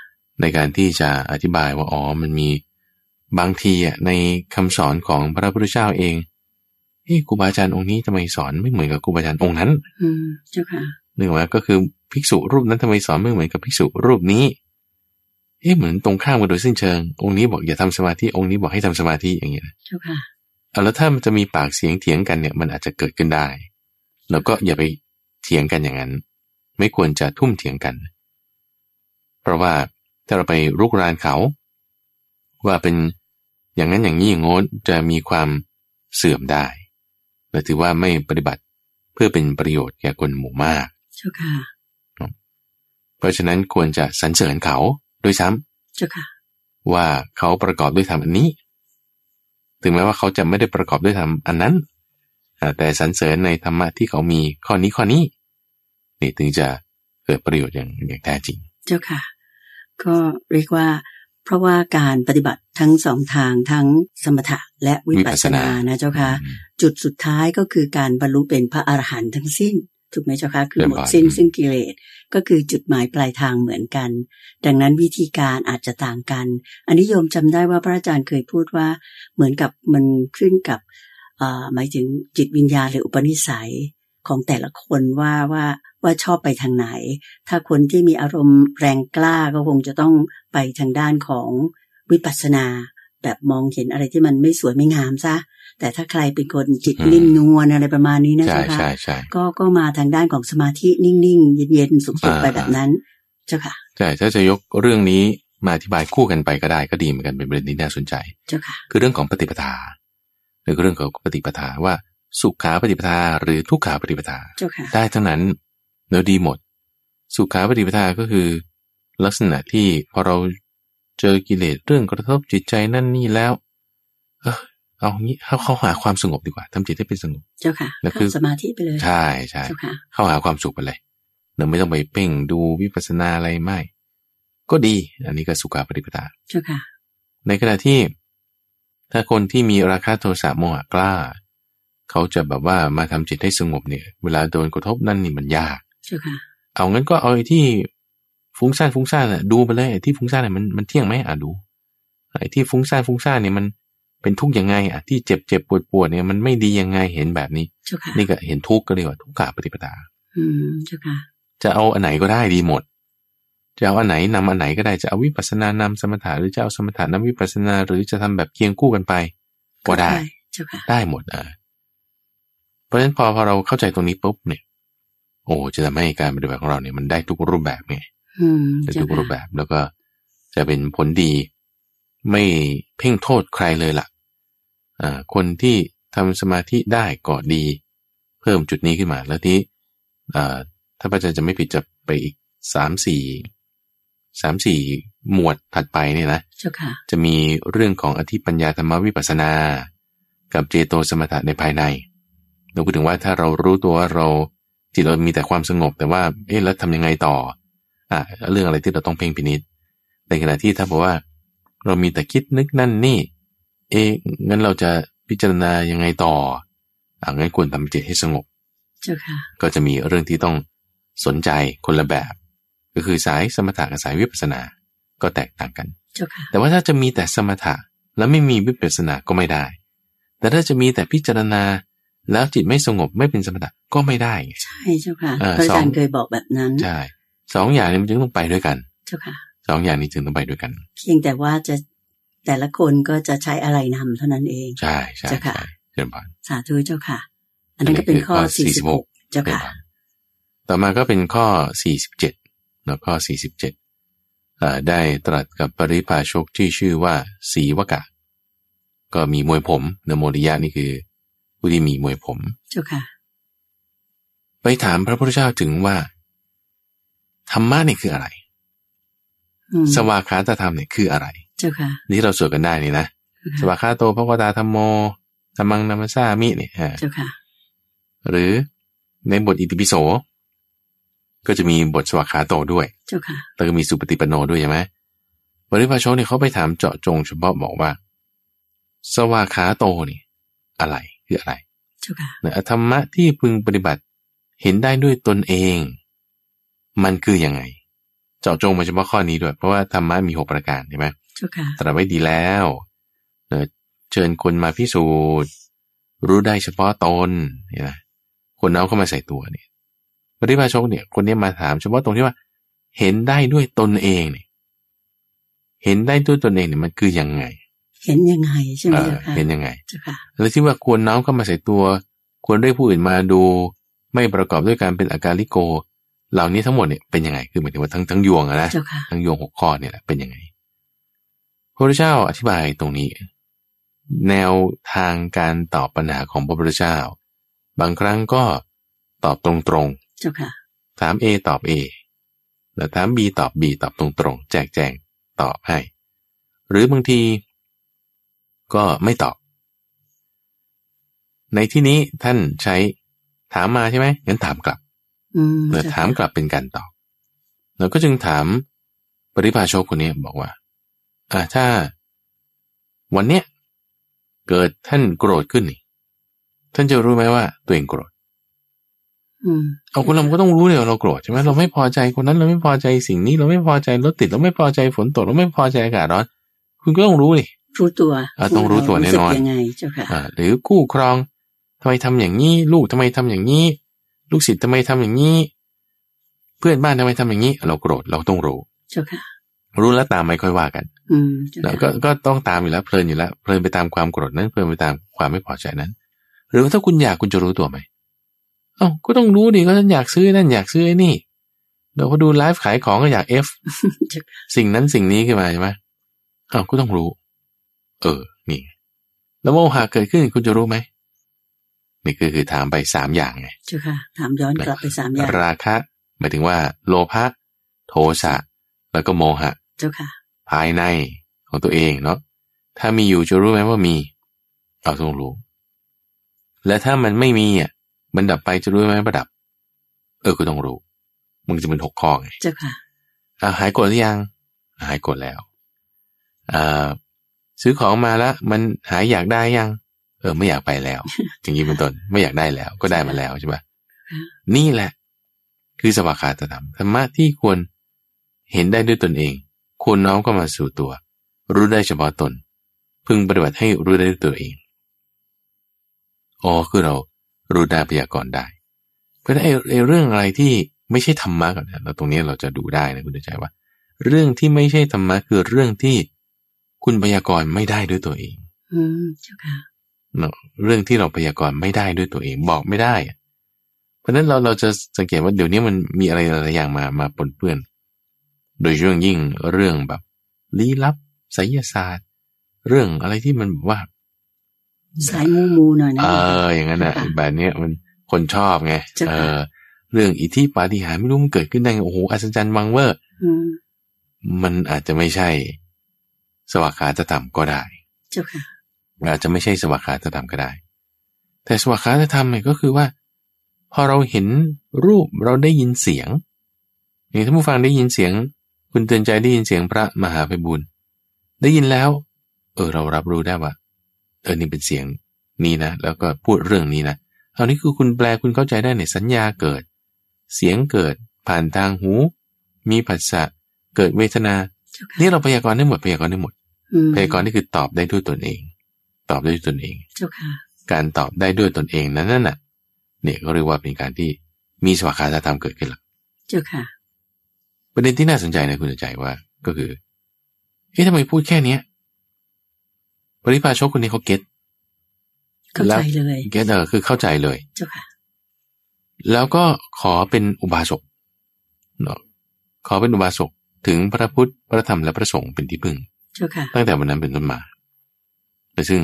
Speaker 2: ในการที่จะอธิบายว่าอ๋อมันมีบางทีอ่ะในคำสอนของพระพุทธเจ้าเองเฮ้ยครูบาอาจารย์องค์นี้ทำไมสอนไม่เหมือนกับครูบาอาจารย์องค์นั้น
Speaker 1: อืมเจ้าค่ะ
Speaker 2: นึกออกไหมก็คือภิกษุรูปนั้นทำไมสอนไม่เหมือนกับภิกษุรูปนี้เฮ้ยเหมือนตรงข้ามกันโดยสิ้นเชิง องค์นี้บอกอย่าทำสมาธิองค์นี้บอกให้ทำสมาธิอย่างเงี้ยนะ
Speaker 1: เจ้าค่ะ
Speaker 2: เอาแล้วถ้ามันจะมีปากเสียงเถียงกันเนี่ยมันอาจจะเกิดขึ้นได้ แล้วก็อย่าไปเถียงกันอย่างนั้น ไม่ควรจะทุ่มเถียงกัน เพราะว่าถ้าเราไปรุกรานเขา ว่าเป็นอย่างนั้นอย่างนี้อย่างโน้นจะมีความเสื่อมได้และถือว่าไม่ปฏิบัติเพื่อเป็นประโยชน์แก่คนหมู่มาก
Speaker 1: เจ้าค่ะ
Speaker 2: เพราะฉะนั้นควรจะสรรเสริญเขาด้วยซ้ำ
Speaker 1: เจ้าค่ะ
Speaker 2: ว่าเขาประกอบด้วยธรรมอันนี้ ถึงแม้ว่าเขาจะไม่ได้ประกอบด้วยธรรมอันนั้นอ่าแต่สรรเสริญในธรรมะที่เขามีข้อนี้ข้อนี้นี่ถึงจะเกิดประโยชน์อย่างอย่างแท้จริง
Speaker 1: เจ้าค่ะ ก็เรียกว่า เพราะว่าการปฏิบัติทั้งสองทางทั้งสมถะและวิปัสสนา
Speaker 2: วิปัสสนาน
Speaker 1: นะเจ้าค่ะ จุดสุดท้ายก็คือการบรรลุเป็นพระอรหันต์ทั้งสิ้น ถูกไหมเจ้าคะคือ
Speaker 2: เรีย
Speaker 1: ห
Speaker 2: บ
Speaker 1: ม
Speaker 2: ร้อย
Speaker 1: ดสิ้น
Speaker 2: อืม
Speaker 1: ซึ่งกิเลสก็คือจุดหมายปลายทางเหมือนกัน ดังนั้นวิธีการอาจจะต่างกัน อันนี้โยมจำได้ว่าพระอาจารย์เคยพูดว่า เหมือนกับมันขึ้นกับเอ่อหมายถึงจิตวิญญาณหรืออุปนิสัยของแต่ละคนว่าว่าว่าชอบไปทางไหน ถ้าคนที่มีอารมณ์แรงกล้าก็คงจะต้องไปทางด้านของวิปัสสนา แบบมองเห็นอะไรที่มันไม่สวยไม่งามซะ แต่ถ้าใครเป็นคนจิต
Speaker 2: อืม
Speaker 1: นิ่มนวลอะไรประมาณนี้นะ
Speaker 2: ใช่
Speaker 1: เจ้า
Speaker 2: ใช่
Speaker 1: ค่ะ
Speaker 2: ใช่
Speaker 1: ก็ก็มาทางด้านของสมาธินิ่งๆ เย็นๆ สุขๆ ไป
Speaker 2: อ่า
Speaker 1: แบบนั้น เจ้าค่ะ
Speaker 2: ใช่ถ้าจะยกเรื่องนี้มาอธิบายคู่กันไปก็ได้ก็ดีเหมือนกันเป็นประเด็นที่น่าสนใจ
Speaker 1: เจ้าค่ะ
Speaker 2: คือเรื่องของปฏิปทาหรือเรื่องของปฏิปทาว่าสุขาปฏิปทาหรือทุกขาปฏิปทา
Speaker 1: เจ้าค่ะ
Speaker 2: ได้ทั้งนั้นเนื้อดีหมด สุขาปฏิปทาก็คือ ลักษณะที่พอเราเจอกิเลสเรื่องกระทบจิตใจนั่นนี่แล้ว เออเอางี้เขาเข้าหาความสงบดีกว่าทำจิตให้เป็นสงบ
Speaker 1: เจ้าค่ะ
Speaker 2: แล้วคื
Speaker 1: เข้า
Speaker 2: อ
Speaker 1: สมาธิไปเลย
Speaker 2: ใช่ใช่
Speaker 1: เจ้าค่ะ
Speaker 2: เข้าหาความสุขไปเลยเราไม่ต้องไปเพ่งดูวิปัสสนาอะไรไม่ ก็ดี อันนี้ก็สุขาปฏิปทา
Speaker 1: เจ้าค่ะ
Speaker 2: ในขณะที่ ถ้าคนที่มีราคะโทสะโมหะกล้า เขาจะแบบว่ามาทำจิตให้สงบเนี่ย เวลาโดนกระทบนั่นนี่มันยาก
Speaker 1: เจ้าค่ะ
Speaker 2: เอางั้นก็เอาไอ้ที่ฟุ้งซ่านฟุ้งซ่านน่ะดูไปเลยไอ้ที่ฟุ้งซ่านน่ะมันมันเที่ยงไหมอ่ะดูไอ้ที่ฟุ้งซ่านฟุ้งซ่านเนี่ยมันเป็นทุกข์ยังไงอ่ะที่เจ็บเจ็บปวดปวดเนี่ยมันไม่ดียังไงเห็นแบบนี้
Speaker 1: เจ้าค่ะ
Speaker 2: นี่ก็เห็นทุกข์ก็เรียกว่าทุกขะปฏิปทา
Speaker 1: อืม เจ้าค่ะ
Speaker 2: จะเอาอันไหนก็ได้ดีหมด จะเอาอันไหนนำอันไหนก็ได้ จะเอาวิปัสสนานำสมถะหรือจะเอาสมถะนำวิปัสสนาหรือจะทำแบบเคียงคู่กันไป ก็ได้
Speaker 1: เจ้าค่ะ
Speaker 2: ได้หมดอ่ะเพราะฉะนั้นพอพอเราเข้าใจตรงนี้ปุ๊บเนี่ย โอ้จะทำให้การปฏิบัติของเราเนี่ยมันได้ทุกรูปแบบไง
Speaker 1: อืม
Speaker 2: ได้
Speaker 1: เจ้า
Speaker 2: ทุกรูป
Speaker 1: ค่ะ
Speaker 2: แบบแล้วก็จะเป็นผลดี ไม่เพ่งโทษใครเลยล่ะ อ่า คนที่ทำสมาธิได้ก็ดี เพิ่มจุดนี้ขึ้นมาแล้วที่อ่าถ้าพระอาจารย์จะไม่ผิดจะไปอีกสามสี่สามสี่หมวดถัดไปเนี่ยนะ
Speaker 1: เจ้าค่ะ
Speaker 2: จะมีเรื่องของอธิปัญญาธรรมวิปัสสนา กับเจโตสมถะในภายในเราพูดถึงว่าถ้าเรารู้ตัวว่าเราจิตเรามีแต่ความสงบ แต่ว่าเอ๊ะแล้วทำยังไงต่ออ่ะเรื่องอะไรที่เราต้องเพ่งพินิษในขณะที่ถ้าบอกว่า เรามีแต่คิดนึกนั่นนี่ เอ๊ะงั้นเราจะพิจารณายังไงต่ออ่ะงั้นควรทำจิตให้สงบ
Speaker 1: เจ้าค่ะ
Speaker 2: ก็จะมีเรื่องที่ต้องสนใจคนละแบบ ก็คือสายสมถะกับสายวิปัสสนาก็แตกต่างกัน
Speaker 1: เจ้าค่ะ
Speaker 2: แต่ว่าถ้าจะมีแต่สมถะแล้วไม่มีวิปัสสนาก็ไม่ได้ แต่ถ้าจะมีแต่พิจารณาแล้วจิตไม่สงบไม่เป็นสมถะก็ไม่ได้ไง
Speaker 1: ใช่เจ้าค่ะ
Speaker 2: เอ่อ
Speaker 1: พระอาจาร
Speaker 2: สอ
Speaker 1: ย์
Speaker 2: ง
Speaker 1: เคยบอกแบบนั้น
Speaker 2: ใช่สองอย่างนี้มันจึงต้องไปด้วยกัน
Speaker 1: เจ้าค่ะ
Speaker 2: สองอย่างนี้จึงต้องไปด้วยกัน
Speaker 1: เพียงแต่ว่าจะแต่ละคนก็จะใช้อะไรนำเท่านั้นเอง
Speaker 2: ใช่ใช่
Speaker 1: เจ้าค่ะ
Speaker 2: ใช่เชิญผ่าน
Speaker 1: สาธุเจ้าค่ะ อันนั้นก็เป็นข้อ
Speaker 2: อันนี้คือข้อ
Speaker 1: 46 เจ้า
Speaker 2: เชิญ
Speaker 1: ค่ะ
Speaker 2: ผ่านต่อมาก็เป็นข้อ 47แล้วข้อ 47อ่าได้ตรัสกับปริพาชกที่ชื่อว่าสีวกะ ก็มีมวยผมเนโมริยะนี่คือผู้ที่มีมวยผม
Speaker 1: เจ้าค่ะ
Speaker 2: ไปถามพระพุทธเจ้าถึงว่า ธรรมะเนี่ยคืออะไร
Speaker 1: อืม
Speaker 2: สวากขาตธรรมเนี่ยคืออะไร
Speaker 1: เจ้าค่ะ
Speaker 2: นี่เราสวดกันได้นี่นะ สวากขาโตพระวตาธรรมโมธรรมังนามัสสามิเนี่ยอ่า
Speaker 1: เจ้าค่ะ
Speaker 2: หรือในบทอิติปิโส ก็จะมีบทสวากขาโตด้วย
Speaker 1: เจ้าค่ะ
Speaker 2: แล้วก็มีสุปฏิปันโนด้วยใช่ไหมบริพาชกเนี่ยเขาไปถามเจาะจงเฉพาะบอกว่า สวากขาโตนี่อะไรคืออะไร
Speaker 1: เจ้าค่ะ
Speaker 2: นะธรรมะที่พึงปฏิบัติเห็นได้ด้วยตนเอง มันคืออยังไง เจาะจงมาเฉพาะข้อนี้ด้วย เพราะว่าธรรมะมีหกประการใช่ไหม
Speaker 1: เจ้าค่ะ
Speaker 2: ตรัสไว้ดีแล้วเนอะเชิญคนมาพิสูจน์ รู้ได้เฉพาะตนเนี่ยนะคนเอาเข้ามาใส่ตัวเนี่ยปฏิภาชกเนี่ย คนเนี้มาถามเฉพาะตรงที่ว่า เห็นได้ด้วยตนเองเนี่ยเห็นได้ด้วยตนเองเนี่ยมันคือยังไง
Speaker 1: เห็นยังไงใช่ไหม
Speaker 2: เออ
Speaker 1: เจ้าค่ะ
Speaker 2: เห็นยังไง
Speaker 1: เจ้าค่ะ
Speaker 2: แล้วที่ว่าควรน้อมเข้ามาใส่ตัว ควรเรียกผู้อื่นมาดู ไม่ประกอบด้วยการเป็นอาการลิโก เหล่านี้ทั้งหมดเนี่ยเป็นยังไงคือหมายถึงว่าทั้งทั้งยวงอะนะ
Speaker 1: เจ้าค่ะ
Speaker 2: ทั้งยวงหกข้อเนี่ยแหละเป็นยังไงพระพุทธเจ้าอธิบายตรงนี้ แนวทางการตอบปัญหาของพระพุทธเจ้า บางครั้งก็ตอบตรง
Speaker 1: เจ้าค่ะ
Speaker 2: ๆถาม A ตอบ A แล้วถาม B ตอบ B ตอบตรงๆแจกแจงตอบให้ หรือบางที ก็ไม่ตอบ ในที่นี้ท่านใช้ถามมาใช่ไหมงั้นถามกลับ
Speaker 1: อืม
Speaker 2: เมื่อ
Speaker 1: เจ้า
Speaker 2: ถามกลับเป็นการตอบ เราก็จึงถามปริพาชกคนนี้บอกว่า อ่าถ้า วันเนี้ยเกิดท่านโกรธขึ้นนี่ท่านจะรู้ไหมว่าตัวเองโกรธ
Speaker 1: อืม
Speaker 2: เอาคนเราก็ต้องรู้เลยว่าเราโกรธใช่ไหมเราไม่พอใจคนนั้นเราไม่พอใจสิ่งนี้ เราไม่พอใจรถติดเราไม่พอใจฝนตกเราไม่พอใจอากาศร้อน คุณก็ต้องรู้ดิ
Speaker 1: รู้ตัว
Speaker 2: อ่ะต้องรู้ตัวแน่นอ
Speaker 1: รู้
Speaker 2: น
Speaker 1: สึกยังไง เจ้าค่ะ
Speaker 2: อ่าหรือคู่ครองทำไมทำอย่างนี้ ลูกทำไมทำอย่างนี้ ลูกศิษย์ทำไมทำอย่างนี้ เพื่อนบ้านทำไมทำอย่างนี้ เราโกรธเราต้องรู้
Speaker 1: เจ้าค่ะ
Speaker 2: รู้แล้วตามไม่ค่อยว่ากัน
Speaker 1: อืมเจ้า
Speaker 2: แล้วก็
Speaker 1: ค่ะ
Speaker 2: ก็ต้องตามอยู่แล้วเพลินอยู่แล้วเพลินไปตามความโกรธนั้นเพลินไปตามความไม่พอใจนั้น หรือว่าถ้าคุณอยากคุณจะรู้ตัวไหมเอ้าก็ต้องรู้ดิก็ฉันอยากซื้อนั่นอยากซื้อไอ้นี่เราก็ดูไลฟ์ขายของก็อยาก
Speaker 1: <laughs>
Speaker 2: เอฟ
Speaker 1: เจ้าค่ะ
Speaker 2: สิ่งนั้นสิ่งนี้ขึ้นมาใช่ไหมอ้าวก็ต้องรู้ เออ นี่ไงแล้วโมหะเกิดขึ้นคุณจะรู้ไหม นี่คือคือถามไปสามอย่างไง
Speaker 1: เจ้าค่ะ ถามย้อนกลับไปสามอย่าง
Speaker 2: ราคะ หมายถึงว่า โลภะ โทสะ แล้วก็โมหะ
Speaker 1: เจ้าค่ะ
Speaker 2: ภายในของตัวเองเนาะ ถ้ามีอยู่จะรู้ไหมว่ามีเอาต้องรู้ และถ้ามันไม่มีอ่ะ มันดับไปจะรู้ไหมว่าดับ เออก็ต้องรู้ มึงจะเป็นหกข้อไง
Speaker 1: เจ้าค่ะ
Speaker 2: อ่าหายโกรธหรือยัง หายโกรธแล้วอ่าซื้อของมาแล้วมันหายอยากได้ยัง เออไม่อยากไป
Speaker 1: <laughs>
Speaker 2: แล้ว อย่างนี้เป็นต้นไม่อยากได้แล้ว ก็ได้มาแล้วใช่ปะ
Speaker 1: ค่ะ
Speaker 2: นี่แหละ คือสวากขาตธรรมธรรมะที่ควรเห็นได้ด้วยตนเอง ควรน้อมเข้ามาสู่ตัว รู้ได้เฉพาะตน พึงปฏิบัติให้รู้ได้ด้วยตัวเองอ๋อคือเรารู้ได้พยากรณ์ได้ เพราะฉะนั้นไอ้ไอ้เรื่องอะไรที่ไม่ใช่ธรรมะก่อนนะเราตรงนี้เราจะดูได้นะคุณเดชใจว่า เรื่องที่ไม่ใช่ธรรมะคือเรื่องที่คุณพยากรณ์ไม่ได้ด้วยตัวเอง
Speaker 1: อืมเจ้าค่ะ
Speaker 2: เนอะเรื่องที่เราพยากรณ์ไม่ได้ด้วยตัวเองบอกไม่ได้อะเพราะฉะนั้นเราเราจะสังเกตว่าเดี๋ยวนี้มันมีอะไรหลายๆอย่างมามาปนเปื้อน โดยเฉพาะอย่างยิ่งเรื่องแบบลี้ลับไสยศาสตร์ เรื่องอะไรที่มันแบบว่า
Speaker 1: สายมูมูหน่อยนะ
Speaker 2: เอออย่างนั้นอ่ะ
Speaker 1: ค่ะ
Speaker 2: แบบเนี้ยมันคนชอบไง
Speaker 1: เจ้า
Speaker 2: เอ
Speaker 1: ค่ะ
Speaker 2: อเรื่องอิทธิปาฏิหาริย์ไม่รู้มันเกิดขึ้นได้ไงโอ้โหอัศจรรย์วังเวอร์
Speaker 1: อืม
Speaker 2: มันอาจจะไม่ใช่ สวากขาจะต่ำก็ได้
Speaker 1: เจ้าค่ะ
Speaker 2: อาจจะไม่ใช่สวากขาตธรรมก็ได้ แต่สวากขาตธรรมเนี่ยก็คือว่า พอเราเห็นรูปเราได้ยินเสียงอย่างท่านผู้ฟังได้ยินเสียง คุณเตือนใจได้ยินเสียงพระมหาไพบุญได้ยินแล้ว เออเรารับรู้ได้ว่าเออนี่เป็นเสียงนี้นะ แล้วก็พูดเรื่องนี้นะเอานี่คือคุณแปลคุณเข้าใจได้ในสัญญาเกิด เสียงเกิดผ่านทางหู มีผัสสะเกิดเวทนา
Speaker 1: เจ้าค่ะ
Speaker 2: นี่เราพยากรณ์ได้หมดพยากรณ์ได้หมด
Speaker 1: อืม
Speaker 2: พยากรณ์นี่คือตอบได้ด้วยตนเอง ตอบได้ด้วยตนเอง
Speaker 1: เจ้าค่ะ
Speaker 2: การตอบได้ด้วยตนเองนั้นน่ะ เนี่ยก็เรียกว่าเป็นการที่มีสวากขาตธรรมเกิดขึ้นละ
Speaker 1: เจ้าค่ะ
Speaker 2: ประเด็นที่น่าสนใจนะคุณสนใจว่า ก็คือ เอ๊ะทำไมพูดแค่เนี้ยปริพาชกคนนี้เขาเก็ต
Speaker 1: เข้าใจเลย
Speaker 2: เก็ตเออคือเข้าใจเลย
Speaker 1: เจ้าค่ะ
Speaker 2: แล้วก็ขอเป็นอุบาสกเนาะขอเป็นอุบาสกถึงพระพุทธพระธรรมและพระสงฆ์เป็นที่พึ่ง
Speaker 1: เจ้าค่ะ
Speaker 2: ตั้งแต่วันนั้นเป็นต้นมาแต่ซึ่ง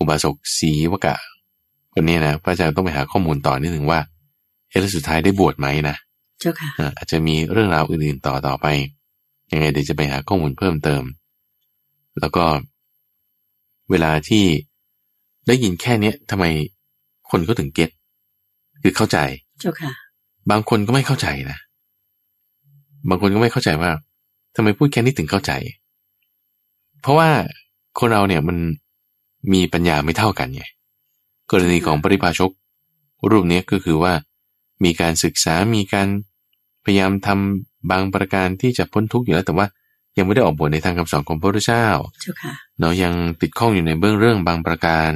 Speaker 2: อุบาสกศีวกะ คนนี้นะพระอาจารย์ต้องไปหาข้อมูลต่อนิดหนึ่งว่า เอ๊ะแล้วสุดท้ายได้บวชไหมนะ
Speaker 1: เจ้าค่ะ
Speaker 2: อ่ะอาจจะมีเรื่องราวอื่นๆต่อต่อไป ยังไงเดี๋ยวจะไปหาข้อมูลเพิ่มเติม แล้วก็ เวลาที่ได้ยินแค่เนี้ยทำไมคนก็ถึงเก็ตคือเข้าใจ
Speaker 1: เจ้าค่ะ
Speaker 2: บางคนก็ไม่เข้าใจนะ บางคนก็ไม่เข้าใจว่าทำไมพูดแค่นี้ถึงเข้าใจ เพราะว่าคนเราเนี่ยมันมีปัญญาไม่เท่ากันไง กรณีของปริพาชก รูปเนี้ยก็คือว่า มีการศึกษา มีการพยายามทำบางประการที่จะพ้นทุกข์อยู่แล้ว แต่ว่ายังไม่ได้ออกบทในทางคำสอนของพระพุทธเจ้า
Speaker 1: เจ้าค่ะ
Speaker 2: เนาะยังติดข้องอยู่ในเบื้องเรื่องบางประการ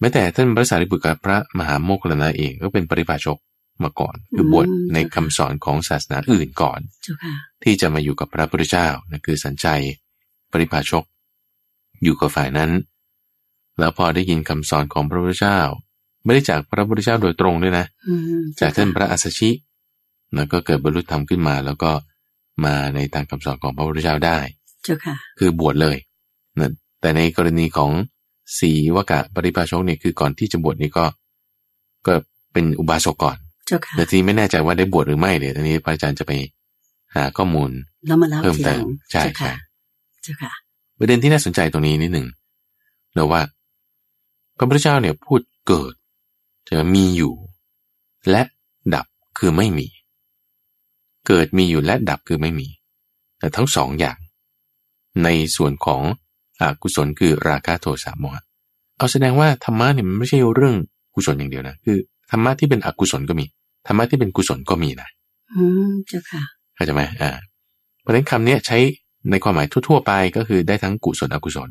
Speaker 2: แม้แต่ท่านพระสารีบุตรกับพระมหาโมคคัลลานะเองก็เป็นปริพาชกมาก่อน คือ
Speaker 1: อืม
Speaker 2: บวชในคำสอนของศาสนาอื่นก่อน
Speaker 1: เจ้าค่ะ
Speaker 2: ที่จะมาอยู่กับพระพุทธเจ้านะคือสัญชัยปริพาชก อยู่กับฝ่ายนั้น แล้วพอได้ยินคำสอนของพระพุทธเจ้า ไม่ได้จากพระพุทธเจ้าโดยตรงด้วยนะ
Speaker 1: อืม
Speaker 2: จา
Speaker 1: เจ้าก ค่ะ
Speaker 2: ท่านพระอัสสชิแล้วก็เกิดบรรลุธรรมขึ้นมา แล้วก็มาในทางคำสอนของพระพุทธเจ้าได้
Speaker 1: เจ้าค่ะ
Speaker 2: คือบวชเลยนะแต่ในกรณีของสีวกะปริภาชกเนี่ยคือก่อนที่จะบวชนี่ก็ก็เป็นอุบาสกก่อน
Speaker 1: เจ้าค่ะ
Speaker 2: แต่ที่ไม่แน่ใจว่าได้บวชหรือไม่เดี๋ยวอันนี้พระอาจารย์จะไปหาข้อมูล
Speaker 1: แล้วมาเล่า
Speaker 2: เพิ่ม
Speaker 1: ที
Speaker 2: เติ
Speaker 1: ห
Speaker 2: ม
Speaker 1: ลัง
Speaker 2: ใช่
Speaker 1: เจ้า
Speaker 2: ใช่
Speaker 1: ค่ะ เจ้าค่ะ
Speaker 2: ประเด็นที่น่าสนใจตรงนี้นิดหนึ่งเราว่า พระพุทธเจ้าเนี่ยพูดเกิดจะมีอยู่ และดับคือไม่มี เกิดมีอยู่และดับคือไม่มี แต่ทั้งสองอย่าง ในส่วนของอกุศลคือราคะโทสะโมหะเอาแสดงว่าธรรมะเนี่ยมันไม่ใช่เรื่องกุศลอย่างเดียวนะคือธรรมะที่เป็นอกุศลก็มีธรรมะที่เป็นกุศลก็มีนะ
Speaker 1: อืมเจ้าค่ะ
Speaker 2: เข้าใจไหมอ่า เพราะฉะนั้นคำเนี้ยใช้ในความหมายทั่ว ๆ ไปก็คือได้ทั้งกุศลอกุศล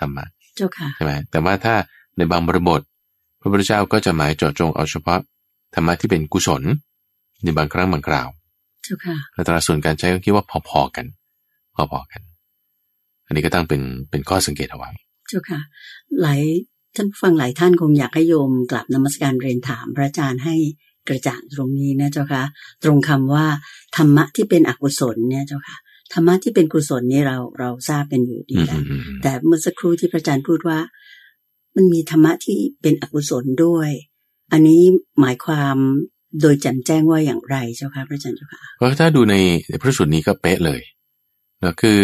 Speaker 2: ธรรมะ
Speaker 1: เจ้าค่ะ
Speaker 2: ใช่ไหมแต่ว่าถ้าในบางบริบท พระพุทธเจ้าก็จะหมายเจาะจงเอาเฉพาะธรรมะที่เป็นกุศลในบางครั้งบางคราว
Speaker 1: เจ้าค่ะ
Speaker 2: อัตราส่วนการใช้ก็คิดว่าพอๆกัน พอๆกัน อันนี้ก็ตั้งเป็นเป็นข้อสังเกตเอาไว้
Speaker 1: เจ้าค่ะ หลายท่านผู้ฟังหลายท่านคงอยากให้โยมกลับนมัสการเรียนถามพระอาจารย์ให้กระจ่างตรงนี้นะเจ้าค่ะ ตรงคำว่าธรรมะที่เป็นอกุศลเนี่ยเจ้าค่ะ ธรรมะที่เป็นกุศลนี่เราเราทราบเป็นอยู่ดี
Speaker 2: อืม
Speaker 1: แล้ว
Speaker 2: อืมอืมอืม
Speaker 1: แต่เมื่อสักครู่ที่พระอาจารย์พูดว่า มันมีธรรมะที่เป็นอกุศลด้วย อันนี้หมายความโดยแจำแจ้งว่าอย่างไรเจ้าค่ะพระอาจารย์เจ้าค่ะ
Speaker 2: เพราะถ้าดูในพระสูตรนี้ก็เป๊ะเลยแล้วคือ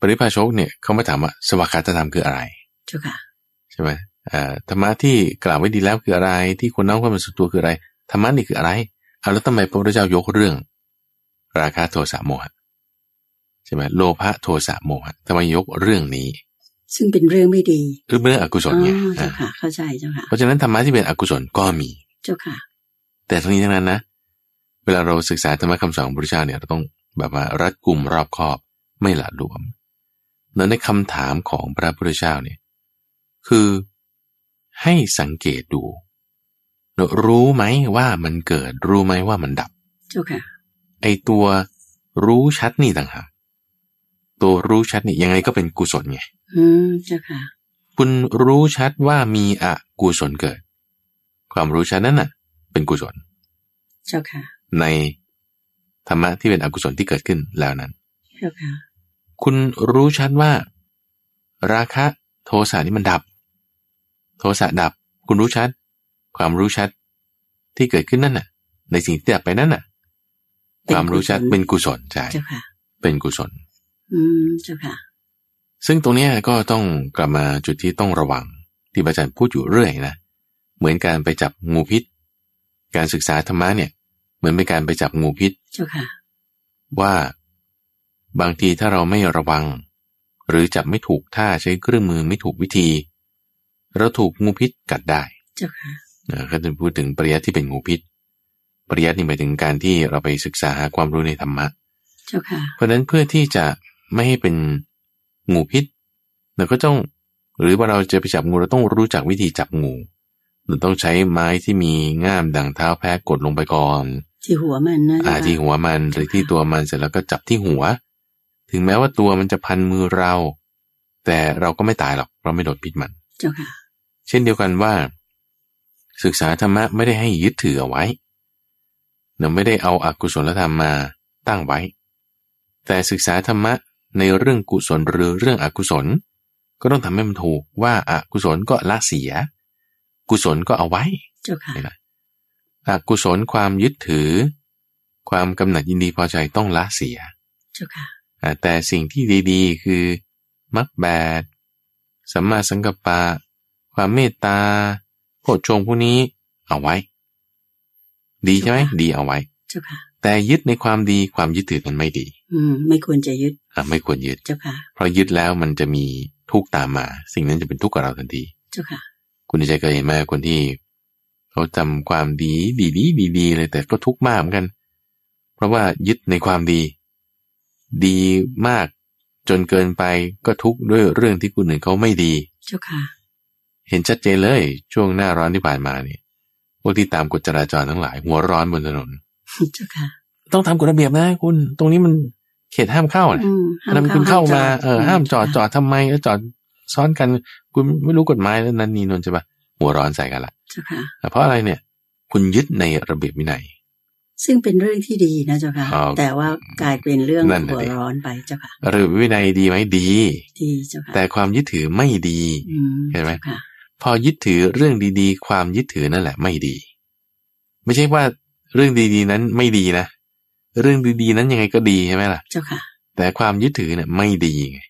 Speaker 2: ปริพาชกเนี่ยเขามาถามว่าสวัสดิธรรมคืออะไร
Speaker 1: เจ้าค่ะ
Speaker 2: ใช่ไหมเอ่อธรรมะที่กล่าวไว้ดีแล้วคืออะไร ที่คนน้อมเข้ามาสู่ตัวคืออะไร ธรรมะนี่คืออะไรเอาแล้วทำไมพระพุทธเจ้ายกเรื่อง ราคะโทสะโมหะใช่ไหมโลภะโทสะโมหะทำไมยกเรื่องนี้
Speaker 1: ซึ่งเป็นเรื่องไม่ดี
Speaker 2: คือเรื่องอกุศล
Speaker 1: อ๋
Speaker 2: ไง
Speaker 1: อเจ้า
Speaker 2: อ่า
Speaker 1: ค่ะ เข้าใจเจ้าค่ะ
Speaker 2: เพราะฉะนั้นธรรมะที่เป็นอกุศลก็มี
Speaker 1: เจ้าค่ะ
Speaker 2: แต่ทั้งนี้ทั้งนั้นนะ เวลาเราศึกษาธรรมะคำสอนของพระพุทธเจ้าเนี่ยเราต้องแบบว่ารัดกุมรอบคอบไม่หละหลวมแล้วในคำถามของพระพุทธเจ้าเนี่ยคือให้สังเกตดู รู้ไหมว่ามันเกิด รู้ไหมว่ามันดับ
Speaker 1: เจ้าค่ะ
Speaker 2: ไอตัวรู้ชัดนี่ต่างหากตัวรู้ชัดนี่ยังไงก็เป็นกุศลไง
Speaker 1: อืมเจ้าค่ะ
Speaker 2: คุณรู้ชัดว่ามีอกุศลเกิด ความรู้ชัดนั้นน่ะ เป็นกุศล
Speaker 1: เจ้าค่ะ
Speaker 2: ในธรรมะที่เป็นอกุศลที่เกิดขึ้นแล้วนั้น
Speaker 1: เจ้าค่ะ
Speaker 2: คุณรู้ชัดว่า ราคะโทสะนี่มันดับ โทสะดับ คุณรู้ชัด ความรู้ชัดที่เกิดขึ้นนั่นน่ะ ในสิ่งที่ดับไปนั่นน่ะ
Speaker 1: เป็น
Speaker 2: ความรู้ชัด
Speaker 1: กุศล
Speaker 2: เป็นกุศลใช่
Speaker 1: เจ้าค่ะ
Speaker 2: เป็นกุศล
Speaker 1: อืมเจ้าค่ะ
Speaker 2: ซึ่งตรงเนี้ยก็ต้องกลับมาจุดที่ต้องระวัง ที่พระอาจารย์พูดอยู่เรื่อยนะ เหมือนการไปจับงูพิษ การศึกษาธรรมะเนี่ย เหมือนเป็นการไปจับงูพิษ
Speaker 1: เจ้าค่ะ
Speaker 2: ว่าบางทีถ้าเราไม่ระวัง หรือจับไม่ถูกท่าใช้เครื่องมือไม่ถูกวิธี เราถูกงูพิษกัดได้
Speaker 1: เจ้าค่ะ
Speaker 2: นะก็จะพูดถึงปริยัติที่เป็นงูพิษ ปริยัตินี่หมายถึงการที่เราไปศึกษาหาความรู้ในธรรมะ
Speaker 1: เจ้าค่ะ
Speaker 2: เพราะฉะนั้นเพื่อที่จะไม่ให้เป็นงูพิษเราก็ต้องหรือว่าเราจะไปจับงูเราต้องรู้จักวิธีจับงูเราต้องใช้ไม้ที่มีง่ามดังเท้าแพะกดลงไปก่อน
Speaker 1: ที่หัวมันนะ
Speaker 2: อาที่หัวมันหรือที่ตัวมันเสร็จแล้วก็จับที่หัว ถึงแม้ว่าตัวมันจะพันมือเรา แต่เราก็ไม่ตายหรอกเราไม่โดนพิษมัน
Speaker 1: เจ้าค่ะ
Speaker 2: เช่นเดียวกันว่า ศึกษาธรรมะไม่ได้ให้ยึดถือเอาไว้เราไม่ได้เอาอากุศลธรรมมาตั้งไว้ แต่ศึกษาธรรมะในเรื่องกุศลหรือเรื่องอกุศล ก็ต้องทำให้มันถูกว่าอากุศลก็ละเสีย กุศลก็เอาไว้
Speaker 1: เจ้าค่ะ
Speaker 2: ไม่ละอกุศลความยึดถือ ความกำหนัดยินดีพอใจต้องละเสีย
Speaker 1: เจ้าค่ะ
Speaker 2: อ่าแต่สิ่งที่ดีๆ คือมรรคแปดสัมมาสังกัปปะ ความเมตตาโพชฌงค์พวกนี้เอาไว้ ดีใช่ไหมดีเอาไว้
Speaker 1: เจ้าค่ะ
Speaker 2: แต่ยึดในความดีความยึดถือมันไม่ดี
Speaker 1: อืม ไม่ควรจะยึด
Speaker 2: อ่ะไม่ควรยึด
Speaker 1: เจ้าค่ะ
Speaker 2: เพราะยึดแล้วมันจะมีทุกข์ตามมา สิ่งนั้นจะเป็นทุกข์กับเราทันที
Speaker 1: เจ้าค่ะ
Speaker 2: คุณใจเคยเห็นไหมคนที่ เขาจำความดีดีดีดีดีเลยแต่ก็ทุกข์มากเหมือนกัน เพราะว่ายึดในความดี ดีมากจนเกินไปก็ทุกข์ด้วยเรื่องที่คนอื่นเขาไม่ดี
Speaker 1: เจ้าค่ะ
Speaker 2: เห็นชัดเจนเลยช่วงหน้าร้อนที่ผ่านมาเนี่ยพวกที่ตามกฎจราจรทั้งหลาย หัวร้อนบนถนน
Speaker 1: เจ้าค่ะ
Speaker 2: ต้องทำกฎระเบียบนะคุณ ตรงนี้มันเขตห้ามเข้านะ
Speaker 1: อืมห้าม
Speaker 2: นำคุณเข้ามาเออห้ามจอดจ
Speaker 1: อด
Speaker 2: อดทำไมแล้วจอดซ้อนกันคุณไม่รู้กฎหมายแล้วนั่นนี่นนใช่ปะหัวร้อนใส่กันละ
Speaker 1: เจ้าค่ะ
Speaker 2: แต่เพราะอะไรเนี่ย คุณยึดในระเบียบวินัย
Speaker 1: ซึ่งเป็นเรื่องที่ดีนะเจ้าค่ะ
Speaker 2: ครับ
Speaker 1: แต่ว่ากลายเป็นเรื่อง
Speaker 2: นั่นน่ะ
Speaker 1: หัว
Speaker 2: ดิ
Speaker 1: ร้อนไปเจ้าค่ะ
Speaker 2: ระเบียบวินัยดีไหมดี
Speaker 1: ดีเจ้าค่ะ
Speaker 2: แต่ความยึดถือไม่ดี
Speaker 1: อืม
Speaker 2: เห็นไหม
Speaker 1: เจ้าค่ะ
Speaker 2: พอยึดถือเรื่องดีๆ ความยึดถือนั่นแหละไม่ดี ไม่ใช่ว่าเรื่องดีๆ นั้นไม่ดีนะเรื่องดีๆ นั้นยังไงก็ดีใช่ไหมล่ะ
Speaker 1: เจ้าค่ะ
Speaker 2: แต่ความยึดถือเนี่ยไม่ดีไง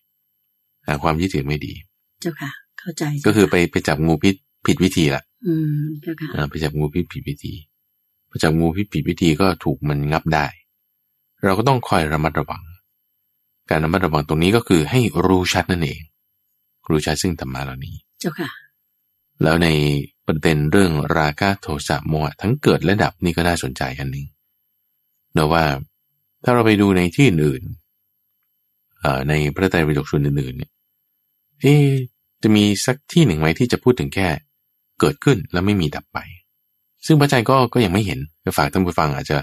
Speaker 2: อ่ะความยึดถือไม่ดี
Speaker 1: เจ้าค่ะ เข้าใจ
Speaker 2: ก็
Speaker 1: เจ้าะ
Speaker 2: คือไปไปจับงูพิษผิดวิธีละ
Speaker 1: อืมเจ้าค่ะ
Speaker 2: อ่าไปจับงูพิษผิดวิธีพอจับงูพิษผิดวิธีก็ถูกมันงับได้ เราก็ต้องคอยระมัดระวัง การระมัดระวังตรงนี้ก็คือให้รู้ชัดนั่นเอง รู้ชัดซึ่งธรรมะเหล่านี้
Speaker 1: เจ้าค่ะ
Speaker 2: แล้วในประเด็นเรื่องราคะโทสะโมหะทั้งเกิดและดับนี่ก็น่าสนใจอันหนึ่งเนะว่าถ้าเราไปดูในที่อื่นเอ่อในพระไตรปิฎกส่วนอื่นๆเนี่ยเอ๊ะจะมีสักที่หนึ่งไหมที่จะพูดถึงแค่ เกิดขึ้นแล้วไม่มีดับไป ซึ่งพระอาจารย์ก็ก็ยังไม่เห็นก็ฝากท่านผู้ฟังอาจจะ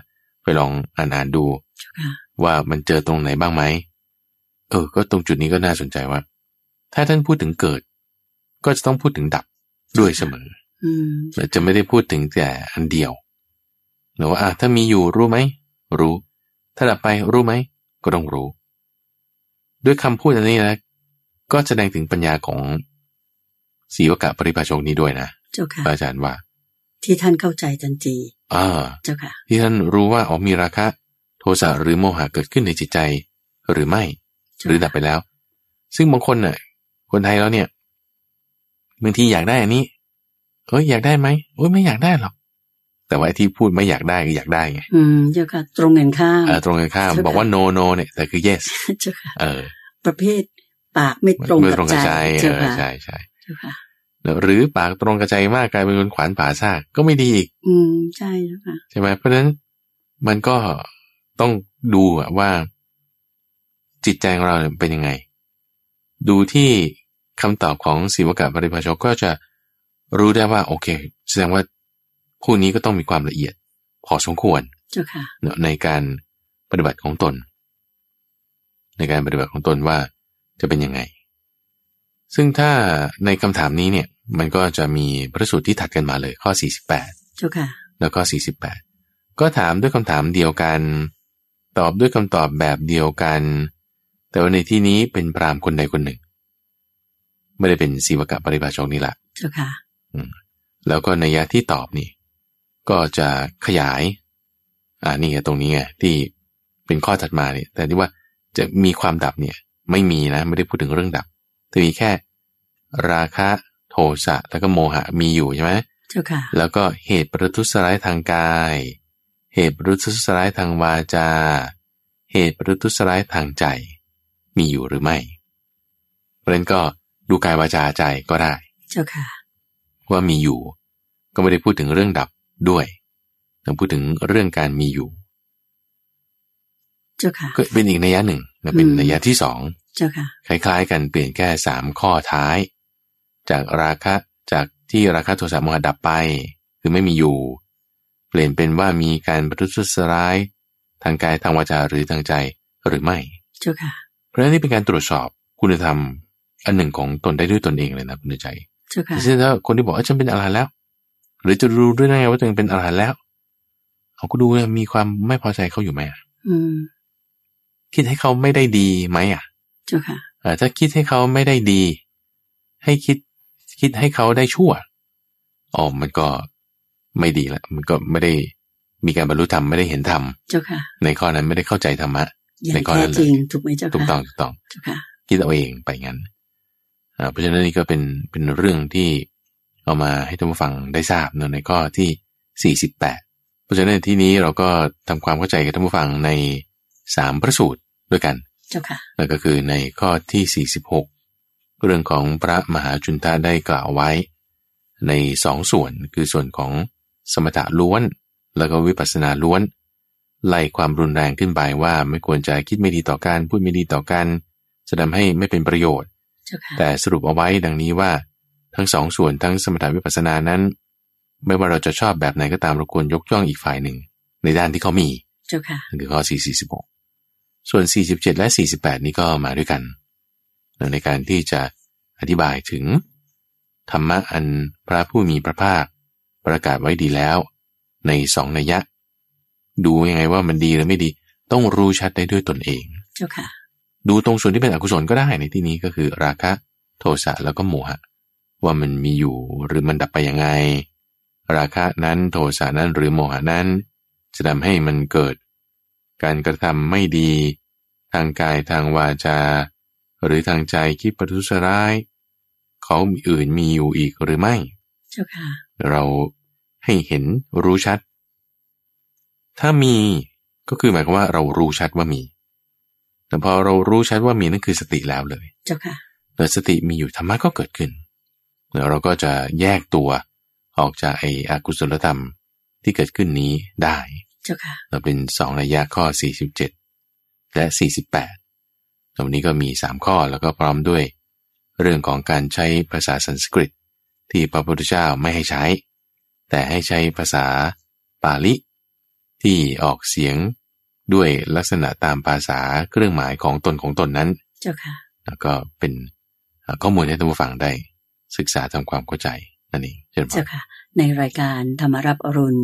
Speaker 2: ไปลองอ่านอ่านๆดู
Speaker 1: เจ้าค่ะ
Speaker 2: ว่ามันเจอตรงไหนบ้างไหม เออ ก็ตรงจุดนี้ก็น่าสนใจว่า ถ้าท่านพูดถึงเกิด ก็จะต้องพูดถึงดับด้วยเสมอ
Speaker 1: อืม
Speaker 2: และจะไม่ได้พูดถึงแต่อันเดียวหรือว่าอ่ะถ้ามีอยู่รู้ไหม รู้ ถ้าดับไปรู้ไหม ก็ต้องรู้ ด้วยคำพูดอันนี้นะ ก็แสดงถึงปัญญาของสีวกะปริภาชกนี้ด้วยนะ
Speaker 1: เจ้าค่ะ
Speaker 2: พระอาจารย์ว่า
Speaker 1: ที่ท่านเข้าใจทันที
Speaker 2: อ่า
Speaker 1: เจ้าค่ะ
Speaker 2: ที่ท่านรู้ว่าอ๋อมีราคะ โทสะหรือโมหะเกิดขึ้นในจิตใจ หรือไม่
Speaker 1: เจ้า
Speaker 2: หรือดับไปแล้ว ซึ่งบางคนน่ะ คนไทยแล้วเนี่ยบางทีอยากได้อันนี้เอ้ยอยากได้ไหมโอ้ยไม่อยากได้หรอก แต่ว่าไอ้ที่พูดไม่อยากได้ก็อยากได้ไง
Speaker 1: อืม เจ้าค่ะ ตรงกันข้าม
Speaker 2: เออตรงกันข้าม
Speaker 1: ใช่ค่ะ
Speaker 2: บอกว่า no no เนี่ยแต่คือ yes
Speaker 1: เจ้าค่ะ
Speaker 2: เออ
Speaker 1: ประเภทปากไม่ตรง
Speaker 2: ไม่
Speaker 1: กับ
Speaker 2: ตรง
Speaker 1: ใจ
Speaker 2: กับใจเอ
Speaker 1: เจ้า
Speaker 2: อ
Speaker 1: ค่ะ
Speaker 2: ใช่ใช่
Speaker 1: เจ้าค่ะ
Speaker 2: หรือปากตรงกับใจมากกลายเป็นคนขวานผ่าซากก็ไม่ดีอีก
Speaker 1: อืม ใช่เจ้าค่ะ
Speaker 2: ใช่ไหมเพราะฉะนั้นมันก็ต้องดูอะว่า จิตใจของเราเนี่ยเป็นยังไง ดูที่คำตอบของศิวกะปริภาชกก็จะรู้ได้ว่า โอเค แสดงว่าผู้นี้ก็ต้องมีความละเอียด พอสมควร
Speaker 1: เจ้าค่ะ
Speaker 2: เนอะในการปฏิบัติของตน ในการปฏิบัติของตนว่าจะเป็นยังไง ซึ่งถ้าในคำถามนี้เนี่ย มันก็จะมีพระสูตรที่ถัดกันมาเลยข้อ 48
Speaker 1: เจ้าค่ะ
Speaker 2: แล้วก็ 48 ก็ถามด้วยคำถามเดียวกัน ตอบด้วยคำตอบแบบเดียวกัน แต่ว่าในที่นี้เป็นพราหมณ์คนใดคนหนึ่ง ไม่ได้เป็นสีวกะปริภาชกนี่แหละ
Speaker 1: เจ้าค่ะ
Speaker 2: แล้วก็ในยยะที่ตอบนี่ ก็จะขยาย อ่านี่ไงตรงนี้ไงที่เป็นข้อถัดมาเนี่ย แต่ที่ว่าจะมีความดับเนี่ย ไม่มีนะ ไม่ได้พูดถึงเรื่องดับ แต่มีแค่ราคะโทสะแล้วก็โมหะมีอยู่ใช่ไหม
Speaker 1: เจ้าค่ะ
Speaker 2: แล้วก็เหตุประทุษร้ายทางกาย เหตุประทุษร้ายทางวาจา เหตุประทุษร้ายทางใจ มีอยู่หรือไม่เพราะฉะนั้นก็ดูกายวาจาใจก็ได้
Speaker 1: เจ้าค่ะ
Speaker 2: ว่ามีอยู่ ก็ไม่ได้พูดถึงเรื่องดับด้วยแต่พูดถึงเรื่องการมีอยู่
Speaker 1: เจ้าค่ะ
Speaker 2: ก็เป็นอีกนัยยะหนึ่งนะเป็น
Speaker 1: อืม
Speaker 2: นัยยะที่สอง
Speaker 1: เจ้าค่ะ
Speaker 2: คล้ายๆ กันเปลี่ยนแค่สามข้อท้าย จากราคะจากที่ราคะโทสะโมหะดับไป คือไม่มีอยู่ เปลี่ยนเป็นว่ามีการประทุษร้ายทางกายทางวาจาหรือทางใจหรือไม่
Speaker 1: เจ้าค่ะ
Speaker 2: เพราะฉะนั้นนี่เป็นการตรวจสอบคุณธรรมอันหนึ่งของตนได้ด้วยตนเองเลยนะคุณใจ
Speaker 1: เจ้าค่ะ
Speaker 2: เช่นถ้าคนที่บอกว่าฉันเป็นอรหันต์แล้ว หรือจะรู้ด้วยได้ไงว่าตัวเองเป็นอรหันต์แล้วเขาก็ดูนะมีความไม่พอใจเขาอยู่ไหมอะ
Speaker 1: อืม
Speaker 2: คิดให้เขาไม่ได้ดีไหมอ่ะ
Speaker 1: เจ้าค่ะ
Speaker 2: เอ่อถ้าคิดให้เขาไม่ได้ดี ให้คิดคิดให้เขาได้ชั่วอ๋อมันก็ไม่ดีละมันก็ไม่ได้มีการบรรลุธรรมไม่ได้เห็นธรรม
Speaker 1: เจ้าค่ะ
Speaker 2: ในข้อนั้นไม่ได้เข้าใจธรรมะ
Speaker 1: อย่าง
Speaker 2: ในข้อ
Speaker 1: แท้
Speaker 2: นั้นเลย
Speaker 1: จริงถูกไหมเจ้าค่ะ
Speaker 2: ถูกต้องถูกต้อง
Speaker 1: เจ้าค่ะ
Speaker 2: คิดเอาเองไปงั้นอ่าเพราะฉะนั้นนี่ก็เป็นเป็นเรื่องที่เอามาให้ท่านผู้ฟังได้ทราบเนอะในข้อที่ 48 เพราะฉะนั้นในที่นี้เราก็ทำความเข้าใจกับท่านผู้ฟังใน 3 พระสูตรด้วยกัน
Speaker 1: เจ้าค่ะ
Speaker 2: นั่นก็คือในข้อที่ 46 เรื่องของพระมหาจุนทะได้กล่าวไว้ ในสองส่วนคือส่วนของสมถะล้วน แล้วก็วิปัสสนาล้วน ไล่ความรุนแรงขึ้นไปว่าไม่ควรจะคิดไม่ดีต่อกัน พูดไม่ดีต่อกัน จะทำให้ไม่เป็นประโยชน์
Speaker 1: เจ้าค่ะ
Speaker 2: แต่สรุปเอาไว้ดังนี้ว่า ทั้งสองส่วนทั้งสมถะวิปัสสนานั้น ไม่ว่าเราจะชอบแบบไหนก็ตามเราควรยกย่องอีกฝ่ายหนึ่ง ในด้านที่เขามี
Speaker 1: เจ้าค่ะ
Speaker 2: นั่นคือข้อ 446 ส่วน 47 และ 48 นี่ก็มาด้วยกันในการที่จะอธิบายถึง ธรรมะอันพระผู้มีพระภาค ประกาศไว้ดีแล้ว ในสองนัยยะ ดูยังไงว่ามันดีหรือไม่ดี ต้องรู้ชัดได้ด้วยตนเอง
Speaker 1: เจ้าค่ะ
Speaker 2: ดูตรงส่วนที่เป็นอกุศลก็ได้ในที่นี้ก็คือราคะโทสะแล้วก็โมหะ ว่ามันมีอยู่หรือมันดับไปยังไง ราคะนั้นโทสะนั้นหรือโมหะนั้น จะทำให้มันเกิด การกระทำไม่ดี ทางกายทางวาจา หรือทางใจคิดประทุษร้าย เขามีอื่นมีอยู่อีกหรือไม่
Speaker 1: เจ้าค่ะ
Speaker 2: เราให้เห็นรู้ชัด ถ้ามีก็คือหมายความว่าเรารู้ชัดว่ามี แต่พอเรารู้ชัดว่ามีนั่นคือสติแล้วเลย
Speaker 1: เจ้าค่ะ
Speaker 2: เมื่อสติมีอยู่ธรรมะก็เกิดขึ้นแล้วเราก็จะแยกตัวออกจากไอ้อกุศลธรรมที่เกิดขึ้นนี้ได้
Speaker 1: เจ้าค่ะ
Speaker 2: เราเป็นสองระยะข้อ 47 และ 48ตรงนี้ก็มี 3 ข้อแล้วก็พร้อมด้วย เรื่องของการใช้ภาษาสันสกฤต ที่พระพุทธเจ้าไม่ให้ใช้ แต่ให้ใช้ภาษาปาลิ ที่ออกเสียงด้วยลักษณะตามภาษาเครื่องหมายของตนของตนนั้น
Speaker 1: เจ้าค่ะ
Speaker 2: แล้วก็เป็นเอ่อข้อมูลให้ท่านผู้ฟังได้ศึกษาทำความเข้าใจนั่นเองเชิญพร
Speaker 1: เจ้าค่ะ ในรายการธรรมรับอรุณ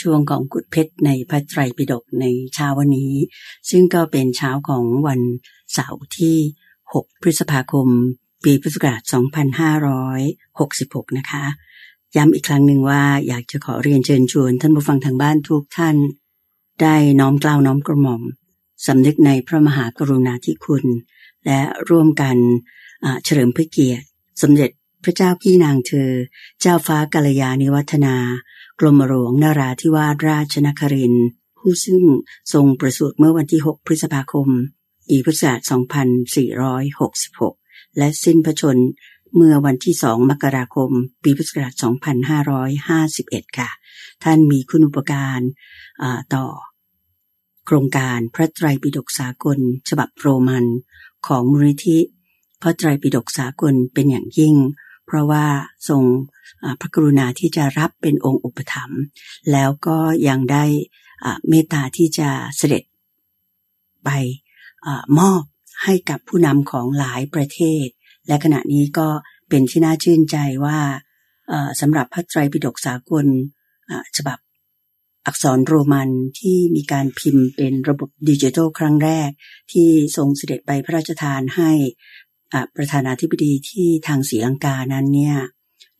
Speaker 1: ช่วงของกุดเพชรในพระไตรปิฎกในเช้าวันนี้ ซึ่งก็เป็นเช้าของวันเสาร์ที่ 6 พฤษภาคม ปีพุทธศักราช 2566 นะคะ ย้ำอีกครั้งหนึ่งว่าอยากจะขอเรียนเชิญชวนท่านผู้ฟังทางบ้านทุกท่าน ได้น้อมเกล้าวน้อมกระหม่อมสำนึกในพระมหากรุณาธิคุณ และร่วมกันอ่าเฉลิมพระเกียรติ สมเด็จพระเจ้าพี่นางเธอ เจ้าฟ้ากัลยาณิวัฒนา กรมหลวงนาราธิวาสราชนครินทร์ผู้ซึ่งทรงประสูติเมื่อวันที่ 6 พฤษภาคม ปีพุทธศักราช 2466 และสิ้นพระชนม์เมื่อวันที่ 2 มกราคม ปีพุทธศักราช 2551 ค่ะ ท่านมีคุณอุปการอ่าต่อ โครงการพระไตรปิฎกสากล ฉบับโรมัน ของมูลนิธิพระไตรปิฎกสากลเป็นอย่างยิ่ง เพราะว่าทรงอ่าพระกรุณาที่จะรับเป็นองค์อุปถัมภ์แล้วก็ยังได้อ่าเมตตาที่จะเสด็จไปอามอบให้กับผู้นำของหลายประเทศ และขณะนี้ก็เป็นที่น่าชื่นใจว่าเอ่อสำหรับพระไตรปิฎกสากลอ่าฉบับอักษรโรมันที่มีการพิมพ์เป็นระบบดิจิทัลครั้งแรก ที่ทรงเสด็จไปพระราชทานให้อ่าประธานาธิบดีที่ทางศรีลังกานั้นเนี่ย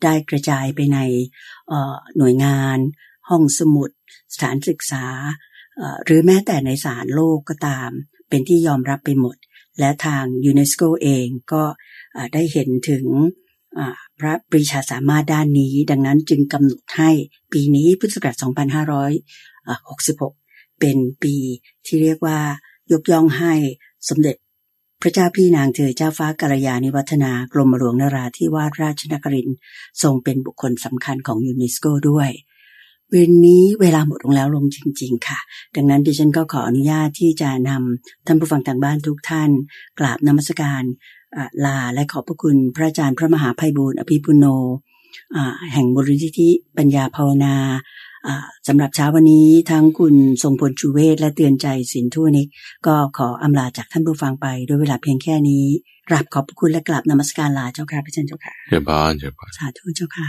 Speaker 1: ได้กระจายไปในเอ่อหน่วยงาน ห้องสมุด สถานศึกษาเอ่อหรือแม้แต่ในศาลโลกก็ตาม เป็นที่ยอมรับไปหมด และทางยูเนสโกเองก็ อ่าได้เห็นถึงอ่าพระปรีชาสามารถด้านนี้ ดังนั้นจึงกำหนดให้ปีนี้พุทธศักราช2566 เป็นปีที่เรียกว่ายกย่องให้สมเด็จพระเจ้าพี่นางเธอเจ้าฟ้ากัลยาณิวัฒนากรมหลวงนราธิวาสราชนครินทร์ทรงเป็นบุคคลสำคัญของยูเนสโกด้วย วันนี้เวลาหมดลงแล้วลงจริง ๆ ค่ะ ดังนั้นดิฉันก็ขออนุญาตที่จะนำท่านผู้ฟังทางบ้านทุกท่าน กราบนมัสการอ่าลาและขอบพระคุณพระอาจารย์พระมหาไพบูลย์อภิปุโนอ่าแห่งมูลนิธิปัญญาภาวนาอ่าสำหรับเช้าวันนี้ทั้งคุณทรงพลชูเวศและเตือนใจสินทุนิก ก็ขออำลาจากท่านผู้ฟังไปด้วยเวลาเพียงแค่นี้กราบขอบพระคุณและกราบนมัสการลาเจ้าค่ะพระอาจารย์เจ้าค่ะ
Speaker 2: เจ้าพรเจ้าพร
Speaker 1: สาธุเจ้าค่ะ